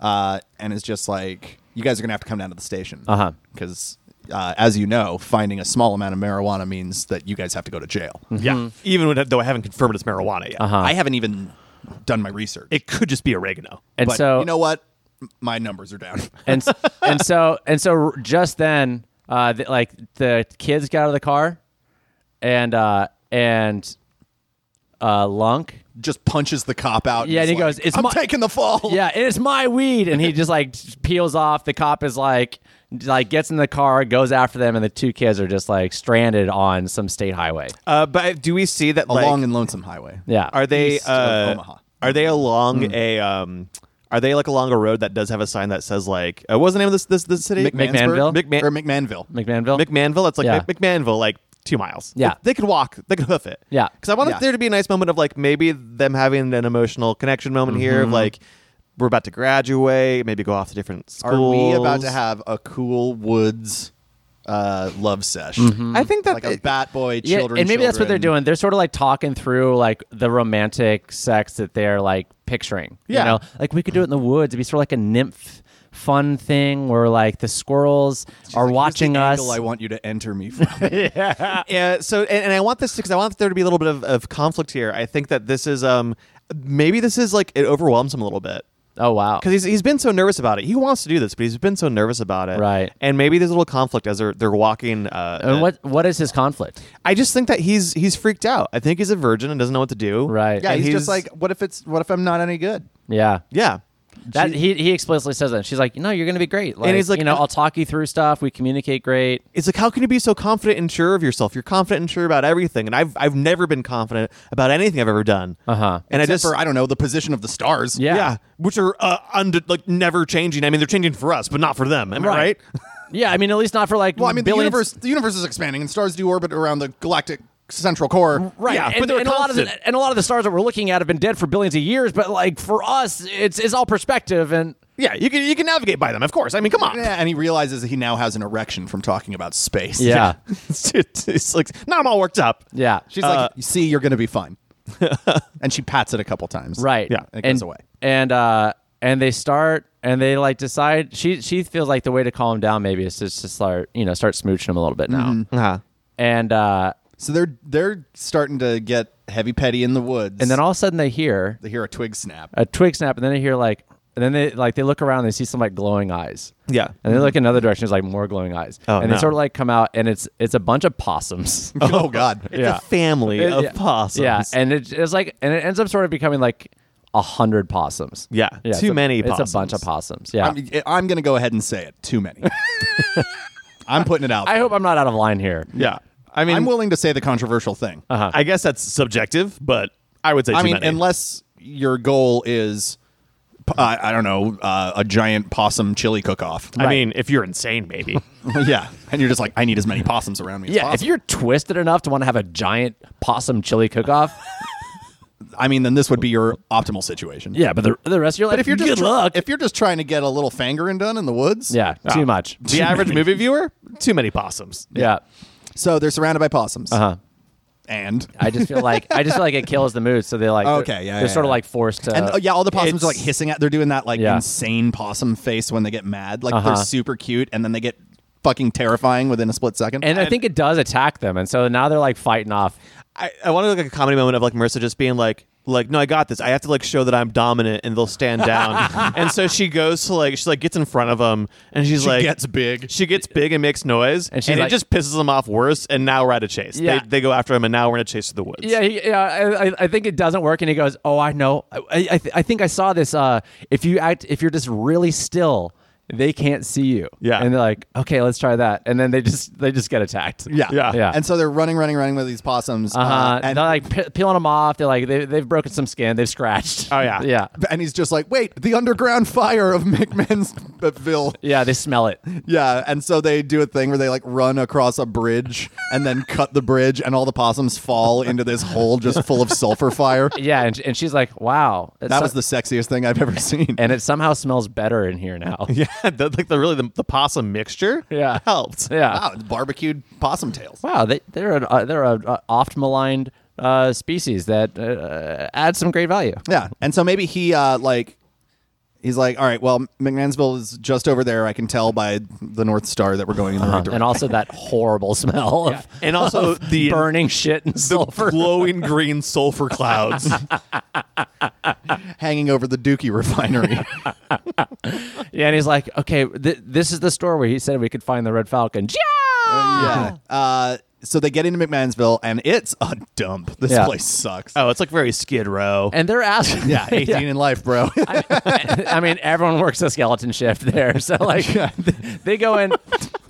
Speaker 2: uh, and is just like, "You guys are gonna have to come down to the station,"
Speaker 4: Uh-huh.
Speaker 2: Because, uh, as you know, finding a small amount of marijuana means that you guys have to go to jail.
Speaker 4: Mm-hmm.
Speaker 3: Yeah, Mm-hmm. Even when, though I haven't confirmed it's marijuana yet,
Speaker 2: I haven't even done my research,
Speaker 3: it could just be oregano.
Speaker 4: And
Speaker 2: but
Speaker 4: so
Speaker 2: you know what? My numbers are down.
Speaker 4: and s- and so and so r- just then, uh, th- like the kids got out of the car, and uh and uh Lunk
Speaker 2: just punches the cop out.
Speaker 4: Yeah, and
Speaker 2: he's
Speaker 4: he goes,
Speaker 2: like,
Speaker 4: "It's
Speaker 2: I'm
Speaker 4: my-
Speaker 2: taking the fall."
Speaker 4: yeah, and it's my weed. And he just like peels off. The cop is like, like gets in the car, goes after them, and the two kids are just like stranded on some state highway.
Speaker 3: Uh, but do we see that
Speaker 2: along
Speaker 3: like,
Speaker 2: and lonesome highway.
Speaker 4: Yeah.
Speaker 3: Are they
Speaker 2: East of
Speaker 3: uh,
Speaker 2: Omaha. Mm-hmm.
Speaker 3: Are they along a um? Are they like along a road that does have a sign that says like uh, what's the name of this this this city?
Speaker 4: McManville?
Speaker 2: McMansburg?
Speaker 3: McMan-
Speaker 2: or McManville.
Speaker 4: McManville?
Speaker 3: McManville. It's like
Speaker 4: Yeah.
Speaker 3: Mc- McManville, like two miles.
Speaker 4: Yeah.
Speaker 3: Like, they could walk. They could hoof it.
Speaker 4: Yeah.
Speaker 3: because I want
Speaker 2: Yeah.
Speaker 3: there to be a nice moment of like maybe them having an emotional connection moment here
Speaker 4: Mm-hmm.
Speaker 3: of like we're about to graduate, maybe go off to different schools.
Speaker 2: Are we about to have a cool woods uh, love sesh?
Speaker 3: I think that
Speaker 2: Like a bat boy,
Speaker 4: yeah,
Speaker 2: children,
Speaker 4: and maybe that's what they're
Speaker 2: children.
Speaker 4: doing. They're sort of like talking through like the romantic sex that they're like picturing.
Speaker 3: Yeah.
Speaker 4: You know, like we could do it in the woods. It'd be sort of like a nymph fun thing where like the squirrels are
Speaker 2: Like, here's the
Speaker 4: watching us.
Speaker 2: angle I want you to enter me from.
Speaker 3: Yeah. So, and, and I want this because I want there to be a little bit of, of conflict here. I think that this is um maybe this is like it overwhelms him a little bit
Speaker 4: oh wow.
Speaker 3: because he's he's been so nervous about it. He wants to do this, but he's been so nervous about it.
Speaker 4: Right.
Speaker 3: And maybe there's a little conflict as they're they're walking. Uh,
Speaker 4: And what what is his conflict?
Speaker 3: I just think that he's he's freaked out. I think he's a virgin and doesn't know what to do.
Speaker 4: Right.
Speaker 2: Yeah,
Speaker 3: And
Speaker 2: he's, just like, what if it's what if I'm not any good?
Speaker 4: Yeah.
Speaker 3: yeah.
Speaker 4: That he he explicitly says that. She's like, no, you're gonna be great. Like,
Speaker 3: he's like,
Speaker 4: you know,
Speaker 3: "Uh,
Speaker 4: I'll talk you through stuff. We communicate great.
Speaker 3: It's like how can you be so confident and sure of yourself? You're confident and sure about everything, and I've I've never been confident about anything I've ever done. Uh
Speaker 4: Uh-huh.
Speaker 3: And I
Speaker 2: Except
Speaker 3: just
Speaker 2: for I don't know the position of the stars.
Speaker 4: Yeah.
Speaker 3: yeah. which are uh, under like never changing. I mean, they're changing for us, but not for them. Am
Speaker 4: Right.
Speaker 3: I right?
Speaker 4: Yeah, I mean, at least not for like.
Speaker 2: Well, I mean, the
Speaker 4: billions-
Speaker 2: universe the universe is expanding, and stars do orbit around the galactic central core.
Speaker 4: Right,
Speaker 3: Yeah,
Speaker 4: and,
Speaker 3: but they're
Speaker 4: and a lot of the,
Speaker 3: constant.
Speaker 4: and a lot of the stars that we're looking at have been dead for billions of years. But like for us, it's it's all perspective, and
Speaker 3: yeah, you can you can navigate by them, of course. I mean, come on.
Speaker 2: Yeah, and he realizes that he now has an erection from talking about space.
Speaker 3: it's, it's like now I'm all worked up.
Speaker 4: yeah,
Speaker 2: She's like,
Speaker 4: Uh,
Speaker 2: "You see, you're going to be fine. and she pats it a couple times.
Speaker 4: right,
Speaker 3: Yeah,
Speaker 2: and it
Speaker 4: and,
Speaker 2: goes away.
Speaker 4: and uh, and they start, and they like decide. She she feels like the way to calm him down maybe is just to start you know start smooching him a little bit now,
Speaker 2: Mm-hmm.
Speaker 3: Uh-huh.
Speaker 4: and uh,
Speaker 2: So they're they're starting to get heavy petty in the woods.
Speaker 4: and then all of a sudden they hear
Speaker 2: they hear a twig snap.
Speaker 4: a twig snap, and then they hear like, and then they like they look around, and they see some like glowing eyes.
Speaker 3: Yeah. Mm-hmm.
Speaker 4: and they look in another direction. There's like more glowing eyes,
Speaker 3: Oh,
Speaker 4: and
Speaker 3: no.
Speaker 4: they sort of like come out, and it's it's a bunch of possums.
Speaker 2: oh God.
Speaker 3: It's a family
Speaker 4: It-
Speaker 3: of
Speaker 4: yeah.
Speaker 3: possums.
Speaker 4: Yeah, and it, it's like, and it ends up sort of becoming like a hundred possums.
Speaker 3: Yeah,
Speaker 4: it's
Speaker 3: too
Speaker 4: a-
Speaker 3: many
Speaker 4: It's
Speaker 3: possums.
Speaker 4: a bunch of possums. Yeah,
Speaker 2: I'm, I'm going to go ahead and say it. Too many. I'm putting it out.
Speaker 4: I
Speaker 2: there.
Speaker 4: hope I'm not out of line here.
Speaker 3: yeah. I mean,
Speaker 2: I'm willing to say the controversial thing.
Speaker 4: Uh-huh.
Speaker 3: I guess that's subjective, but I would say
Speaker 2: I
Speaker 3: too
Speaker 2: mean,
Speaker 3: many.
Speaker 2: unless your goal is, p- uh, I don't know, uh, a giant possum chili cook-off.
Speaker 3: I mean, if you're insane, maybe.
Speaker 2: yeah, and you're just like, I need as many possums around me. As
Speaker 4: Yeah, if
Speaker 2: possible.
Speaker 4: you're twisted enough to want to have a giant possum chili cook-off,
Speaker 2: I mean, then this would be your optimal situation.
Speaker 4: yeah, but the, the rest of your life,
Speaker 2: But if you're just
Speaker 4: good
Speaker 2: try-
Speaker 4: luck.
Speaker 2: if you're just trying to get a little fangering done in the woods,
Speaker 4: Ah. yeah, too much.
Speaker 3: the average movie viewer, too many possums.
Speaker 4: Yeah,
Speaker 2: So they're surrounded by possums.
Speaker 4: uh huh.
Speaker 2: and
Speaker 4: I just feel like I just feel like it kills the mood. So they like
Speaker 2: Okay,
Speaker 4: they're-
Speaker 2: yeah,
Speaker 4: they're
Speaker 2: yeah,
Speaker 4: sort of
Speaker 2: yeah.
Speaker 4: like forced to
Speaker 2: and uh, yeah, all the possums are like
Speaker 3: it's-
Speaker 2: hissing at. They're doing that like
Speaker 4: Yeah.
Speaker 2: insane possum face when they get mad. Like
Speaker 4: Uh-huh.
Speaker 2: they're super cute, and then they get fucking terrifying within a split second.
Speaker 4: and I think it does attack them, and so now they're like fighting off.
Speaker 3: I, I want to look like a comedy moment of like Marissa just being like, like, no, I got this. I have to like show that I'm dominant, and they'll stand down. and so she goes to like, she like gets in front of them, and she's
Speaker 5: She
Speaker 3: like,
Speaker 5: gets big.
Speaker 3: she gets big and makes noise, and,
Speaker 4: she's
Speaker 3: it
Speaker 4: like-
Speaker 3: just pisses them off worse. And now we're at a chase.
Speaker 4: Yeah.
Speaker 3: They, they go after him, and now we're in a chase through the woods.
Speaker 4: Yeah, he- yeah. I, I- I think it doesn't work, and he goes, "Oh, I know. I, I, I th- I think I saw this. Uh, if you act, if you're just really still, they can't see you.
Speaker 3: Yeah.
Speaker 4: and they're like, okay, let's try that, and then they just they just get attacked.
Speaker 2: yeah,
Speaker 3: Yeah.
Speaker 4: yeah.
Speaker 2: And so they're running, running, running with these possums,
Speaker 4: uh,
Speaker 2: uh,
Speaker 4: and
Speaker 2: and
Speaker 4: they're like pe- peeling them off. They're like they, they've broken some skin. They've scratched.
Speaker 3: Oh, yeah.
Speaker 4: yeah,
Speaker 2: and he's just like, wait, the underground fire of McMahon'sville.
Speaker 4: yeah. They smell it.
Speaker 2: Yeah, and so they do a thing where they like run across a bridge and then cut the bridge, and all the possums fall into this hole just full of sulfur fire.
Speaker 4: Yeah, and, and she's like, wow, It's
Speaker 2: That
Speaker 4: so-
Speaker 2: was the sexiest thing I've ever seen.
Speaker 4: and it somehow smells better in here now.
Speaker 3: yeah. The, like the really the, the possum mixture.
Speaker 4: Yeah.
Speaker 3: helped.
Speaker 4: yeah.
Speaker 2: Wow, it's barbecued possum tails.
Speaker 4: Wow, they, they're an, uh, they're a, a oft maligned uh, species that uh, adds some great value.
Speaker 2: Yeah, and so maybe he uh like he's like, all right, well, McMansville is just over there. I can tell by the North Star that we're going in the right
Speaker 4: Uh, And
Speaker 2: direction.
Speaker 4: also that horrible smell of
Speaker 3: And also the
Speaker 4: burning shit and sulfur.
Speaker 3: glowing green sulfur clouds.
Speaker 2: Hanging over the Dookie refinery.
Speaker 4: Yeah, and he's like, okay, th- this is the store where he said we could find the Red Falcon. Yeah!
Speaker 2: yeah. Uh, so they get into McMansville, and it's a dump. This
Speaker 4: Yeah.
Speaker 2: place sucks.
Speaker 3: oh, it's like very Skid Row.
Speaker 4: And they're asking.
Speaker 2: Yeah, 18 in life, bro.
Speaker 4: I mean, everyone works a skeleton shift there. So, like, they, they go in.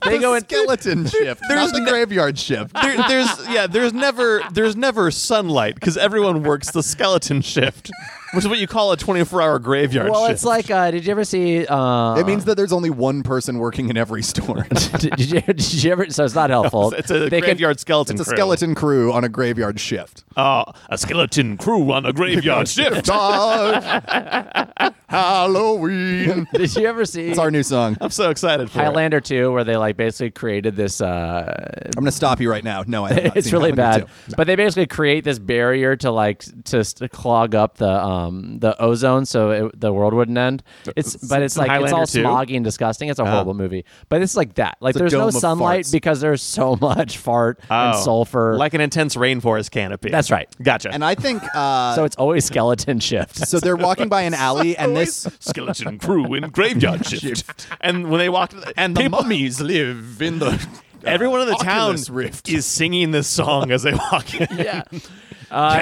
Speaker 4: They go in. Uh-huh.
Speaker 2: skeleton shift. There's the graveyard shift.
Speaker 3: there, there's yeah, there's never there's never sunlight because everyone works the skeleton shift, which is what you call a 24 hour graveyard.
Speaker 4: Well,
Speaker 3: shift.
Speaker 4: it's like, uh, did you ever see. Uh,
Speaker 2: It means that there's only one person working in every store. it's
Speaker 4: did, did you, did you ever. So it's not helpful.
Speaker 3: it's a
Speaker 4: They can-
Speaker 3: graveyard skeleton.
Speaker 2: a
Speaker 3: crew.
Speaker 2: skeleton crew on a graveyard shift.
Speaker 3: Oh, a skeleton crew on a graveyard shift.
Speaker 2: Dog. Halloween.
Speaker 4: Did you ever see.
Speaker 2: It's our new song. I'm
Speaker 3: I'm so excited for it.
Speaker 4: Highlander 2, where they like basically created this. Uh,
Speaker 2: gonna stop you right now. No, I have not
Speaker 4: it's
Speaker 2: seen
Speaker 4: really
Speaker 2: that one, me
Speaker 4: bad, but they basically create this barrier to like to, to clog up the um the ozone, so it, the world wouldn't end.
Speaker 2: uh,
Speaker 4: It's but it's
Speaker 3: some
Speaker 4: like it's all
Speaker 3: Highlander 2?
Speaker 4: smoggy and disgusting. It's a horrible movie, but it's like that. Like
Speaker 2: Uh-huh. a
Speaker 4: there's
Speaker 2: dome
Speaker 4: no
Speaker 2: of
Speaker 4: sunlight
Speaker 2: farts.
Speaker 4: because there's so much fart and
Speaker 3: Oh.
Speaker 4: sulfur.
Speaker 3: Like an intense rainforest canopy.
Speaker 4: That's right.
Speaker 3: Gotcha.
Speaker 2: too. And I think uh,
Speaker 4: so
Speaker 2: so.
Speaker 4: it's always skeleton shift.
Speaker 2: they're walking by an alley, and this
Speaker 3: skeleton crew in graveyard shift. and when they walked, and the people,
Speaker 5: Mummies live in the.
Speaker 3: everyone in
Speaker 2: uh,
Speaker 3: the town
Speaker 5: Oculus Rift.
Speaker 3: is singing this song as they walk in.
Speaker 4: yeah.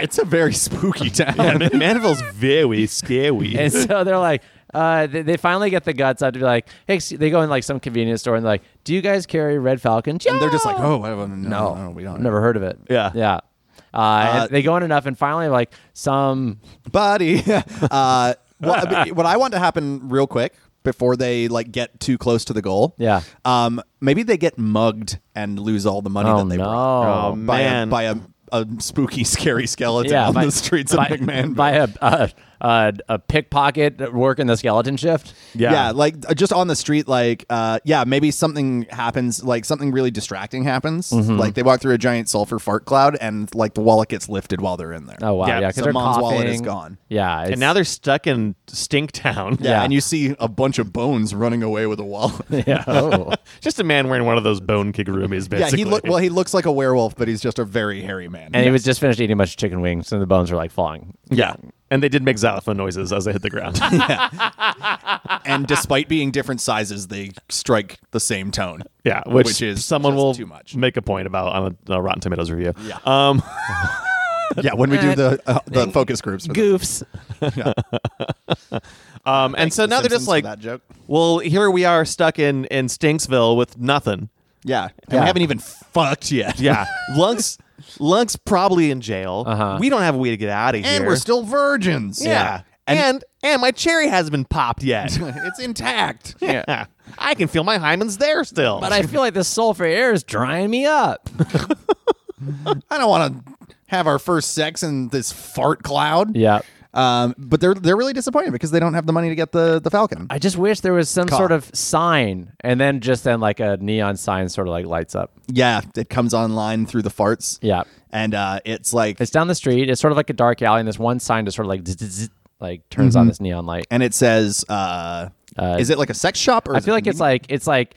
Speaker 2: it's a very spooky town.
Speaker 3: Man- Mandeville's very scary.
Speaker 4: and so they're like, uh, they, they finally get the guts out to be like, hey, ex- they go in like some convenience store and they're like, do you guys carry Red Falcon?
Speaker 2: And they're just like,
Speaker 4: "Yeah."
Speaker 2: oh, I don't know.
Speaker 4: No,
Speaker 2: no, we don't.
Speaker 4: Never heard of it.
Speaker 3: Yeah.
Speaker 4: yeah. Uh, and they go in enough, and finally, like some.
Speaker 2: buddy. uh, what, I mean, what I want to happen real quick before they like get too close to the goal.
Speaker 4: Yeah.
Speaker 2: Um, maybe they get mugged and lose all the money
Speaker 4: Oh
Speaker 2: that they
Speaker 4: no!
Speaker 2: brought
Speaker 3: Oh,
Speaker 2: by a,
Speaker 3: man.
Speaker 2: by a, a spooky, scary skeleton on
Speaker 4: by-
Speaker 2: the streets of
Speaker 4: by-
Speaker 2: McMahon.
Speaker 4: by a a, a, a pickpocket working the skeleton shift.
Speaker 2: yeah. like uh, just on the street, like uh, yeah, maybe something happens, like something really distracting happens. Like they walk through a giant sulfur fart cloud, and like the wallet gets lifted while they're in there.
Speaker 4: Oh wow!
Speaker 3: Yeah,
Speaker 4: Yeah, because
Speaker 2: so
Speaker 4: they're
Speaker 2: mom's
Speaker 4: coughing.
Speaker 2: wallet is gone.
Speaker 4: Yeah,
Speaker 3: and now they're stuck in Stinktown.
Speaker 2: yeah,
Speaker 4: yeah.
Speaker 2: and you see a bunch of bones running away with a wallet.
Speaker 4: yeah. Oh.
Speaker 3: Just a man wearing one of those bone kigurumis, basically.
Speaker 2: Yeah, he look well. He looks like a werewolf, but he's just a very hairy man.
Speaker 4: and he was just finished eating a bunch of chicken wings, and the bones were like falling.
Speaker 3: yeah. And they did make xylophone noises as they hit the ground.
Speaker 2: and despite being different sizes, they strike the same tone.
Speaker 3: yeah, which,
Speaker 2: Which is
Speaker 3: someone
Speaker 2: just
Speaker 3: will
Speaker 2: too much.
Speaker 3: make a point about on a, a Rotten Tomatoes review.
Speaker 2: Yeah.
Speaker 3: Um,
Speaker 2: Yeah, when we do the uh, the focus groups. for that.
Speaker 4: Goofs.
Speaker 3: um, and so
Speaker 2: The
Speaker 3: now they're
Speaker 2: Simpsons
Speaker 3: just
Speaker 2: for
Speaker 3: like,
Speaker 2: that joke.
Speaker 3: well, here we are stuck in, in Stinksville with nothing.
Speaker 2: Yeah, and we haven't even fucked yet.
Speaker 3: Yeah. Lunk's, Lunk's probably in jail.
Speaker 4: Uh-huh.
Speaker 3: We don't have a way to get out of here.
Speaker 2: and we're still virgins.
Speaker 3: Yeah. And, and, my cherry hasn't been popped yet.
Speaker 2: it's intact.
Speaker 3: yeah. I can feel my hymens there still.
Speaker 4: But I feel like the sulfur air is drying me up.
Speaker 2: I don't want to have our first sex in this fart cloud.
Speaker 4: yeah.
Speaker 2: Um, but they're they're really disappointed because they don't have the money to get the the Falcon.
Speaker 4: I just wish there was some
Speaker 2: Caught.
Speaker 4: sort of sign, and then just then like a neon sign sort of like lights up.
Speaker 2: yeah, it comes online through the farts.
Speaker 4: Yeah.
Speaker 2: and uh, it's like
Speaker 4: It's down the street. It's sort of like a dark alley, and this one sign just sort of like zzz, zzz, zzz, like turns on this neon light.
Speaker 2: Mm-hmm. and it says, uh, is it like a sex shop? Or
Speaker 4: I
Speaker 2: is
Speaker 4: feel
Speaker 2: it
Speaker 4: like it's like it's like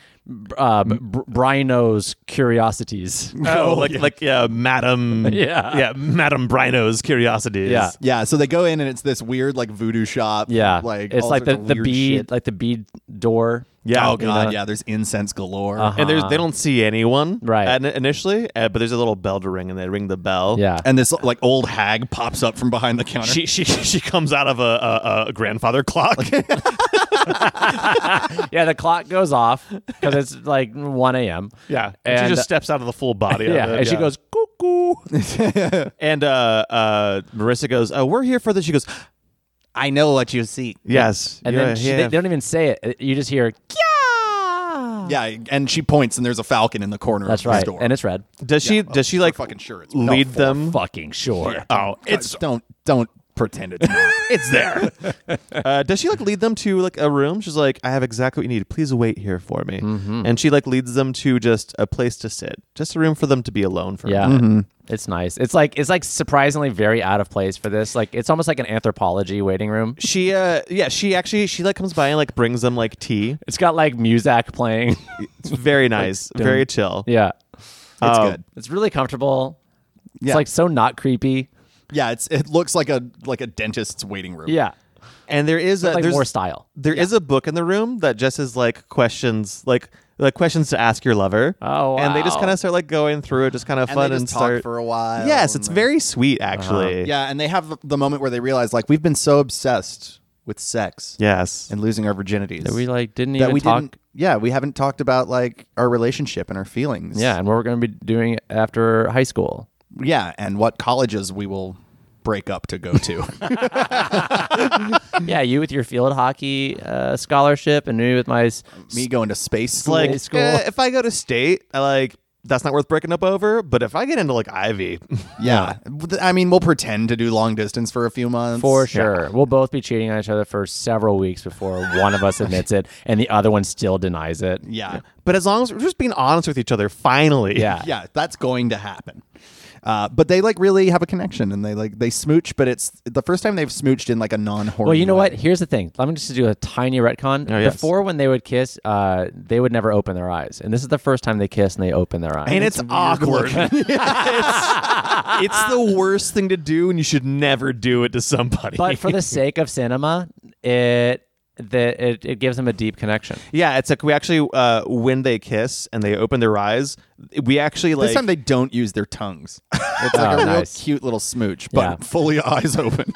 Speaker 4: uh, B- Br- Brino's curiosities.
Speaker 3: Oh, like like yeah, Madam.
Speaker 4: Yeah.
Speaker 3: yeah, Madam Brino's curiosities.
Speaker 4: Yeah.
Speaker 2: yeah. So they go in and it's this weird like voodoo shop.
Speaker 4: Yeah,
Speaker 2: like
Speaker 4: it's
Speaker 2: all
Speaker 4: like the,
Speaker 2: sorts of
Speaker 4: the
Speaker 2: weird
Speaker 4: bead,
Speaker 2: shit.
Speaker 4: like uh, the bead door.
Speaker 3: Yeah.
Speaker 2: oh
Speaker 3: you
Speaker 2: god,
Speaker 4: know?
Speaker 2: yeah. There's incense galore.
Speaker 4: Uh-huh.
Speaker 3: And there's they don't see anyone
Speaker 4: Right.
Speaker 3: in- initially, uh, but there's a little bell to ring, and they ring the bell.
Speaker 4: Yeah,
Speaker 2: And this like old hag pops up from behind the counter.
Speaker 3: She she she comes out of a, a, a grandfather clock.
Speaker 4: yeah. The clock goes off because it's like one a.m.
Speaker 3: yeah, and,
Speaker 4: and
Speaker 3: she just steps out of the full body.
Speaker 4: yeah,
Speaker 3: of it,
Speaker 4: and she goes cuckoo.
Speaker 3: and uh, uh, Marissa goes, oh, "We're here for this." She goes,
Speaker 2: I know what you see.
Speaker 3: "Yes,"
Speaker 4: And
Speaker 3: yeah,
Speaker 4: then she,
Speaker 3: yeah."
Speaker 4: they, they don't even say it. You just hear "Kya!"
Speaker 2: Yeah, and she points, and there's a falcon in the corner
Speaker 4: That's
Speaker 2: of the
Speaker 4: right,
Speaker 2: store.
Speaker 4: and it's red.
Speaker 3: does she does she like
Speaker 2: fucking sure it's-
Speaker 3: lead
Speaker 2: No, for
Speaker 3: them?
Speaker 4: Fucking sure.
Speaker 3: Oh, it's
Speaker 2: don't don't pretend it's not.
Speaker 3: it's there. uh, does she like lead them to like a room? She's like, "I have exactly what you need. Please wait here for me."
Speaker 4: Mm-hmm.
Speaker 3: And she like leads them to just a place to sit, just a room for them to be alone for. a
Speaker 4: Yeah,
Speaker 3: minute.
Speaker 2: Mm-hmm.
Speaker 4: it's nice. It's like it's like surprisingly very out of place for this. Like it's almost like an anthropology waiting room.
Speaker 3: She uh yeah she actually she like comes by and like brings them like tea.
Speaker 4: It's got like Muzak playing.
Speaker 3: It's very nice, very chill.
Speaker 4: yeah,
Speaker 2: It's
Speaker 3: Oh.
Speaker 2: good.
Speaker 4: it's really comfortable.
Speaker 2: Yeah.
Speaker 4: It's like so not creepy.
Speaker 2: Yeah, it's it looks like a like a dentist's waiting room.
Speaker 4: Yeah,
Speaker 3: And there is a
Speaker 4: like
Speaker 3: there's,
Speaker 4: more style.
Speaker 3: There is a book in the room that just is like questions, like like questions to ask your lover.
Speaker 4: Oh,
Speaker 3: and they just
Speaker 4: wow.
Speaker 3: kind of start like going through it, just kind of
Speaker 2: and
Speaker 3: fun
Speaker 2: they just
Speaker 3: and
Speaker 2: talk
Speaker 3: start.
Speaker 2: for a while.
Speaker 3: yes,
Speaker 2: and
Speaker 3: it's
Speaker 2: then- Uh-huh.
Speaker 3: very sweet actually.
Speaker 2: Yeah, and they have the moment where they realize like we've been so obsessed with sex
Speaker 3: Yes.
Speaker 2: and losing our virginities
Speaker 4: We like didn't
Speaker 2: that
Speaker 4: even
Speaker 2: we
Speaker 4: talk.
Speaker 2: didn't. Yeah, we haven't talked about like our relationship and our feelings.
Speaker 4: Yeah, and what we're gonna be doing after high school.
Speaker 2: yeah, and what colleges we will break up to go to.
Speaker 4: yeah, you with your field hockey uh, scholarship, and me with my s-
Speaker 2: Me going to space
Speaker 3: It's like
Speaker 4: High school.
Speaker 3: eh, if I go to state, I like that's not worth breaking up over. But if I get into like Ivy,
Speaker 2: Yeah. I mean, we'll pretend to do long distance for a few months.
Speaker 4: For sure. We'll both be cheating on each other for several weeks before one of us admits it and the other one still denies it.
Speaker 2: Yeah.
Speaker 3: but as long as we're just being honest with each other, finally,
Speaker 4: Yeah.
Speaker 2: Yeah, that's going to happen. Uh, but they like really have a connection and they like they smooch, but it's the first time they've smooched in like a non horny.
Speaker 4: Well, you know what? Here's the thing. Let me just do a tiny retcon.
Speaker 3: Oh, yes.
Speaker 4: Before, when they would kiss, uh, they would never open their eyes, and this is the first time they kiss and they open their eyes.
Speaker 3: and it's, awkward. it's, it's the worst thing to do, and you should never do it to somebody.
Speaker 4: but for the sake of cinema, it the, it it gives them a deep connection.
Speaker 3: yeah, it's like we actually uh, when they kiss and they open their eyes, we actually like
Speaker 2: This time they don't use their tongues. It's like
Speaker 4: Oh,
Speaker 2: a real
Speaker 4: nice.
Speaker 2: cute little smooch, but
Speaker 4: Yeah.
Speaker 2: fully eyes open.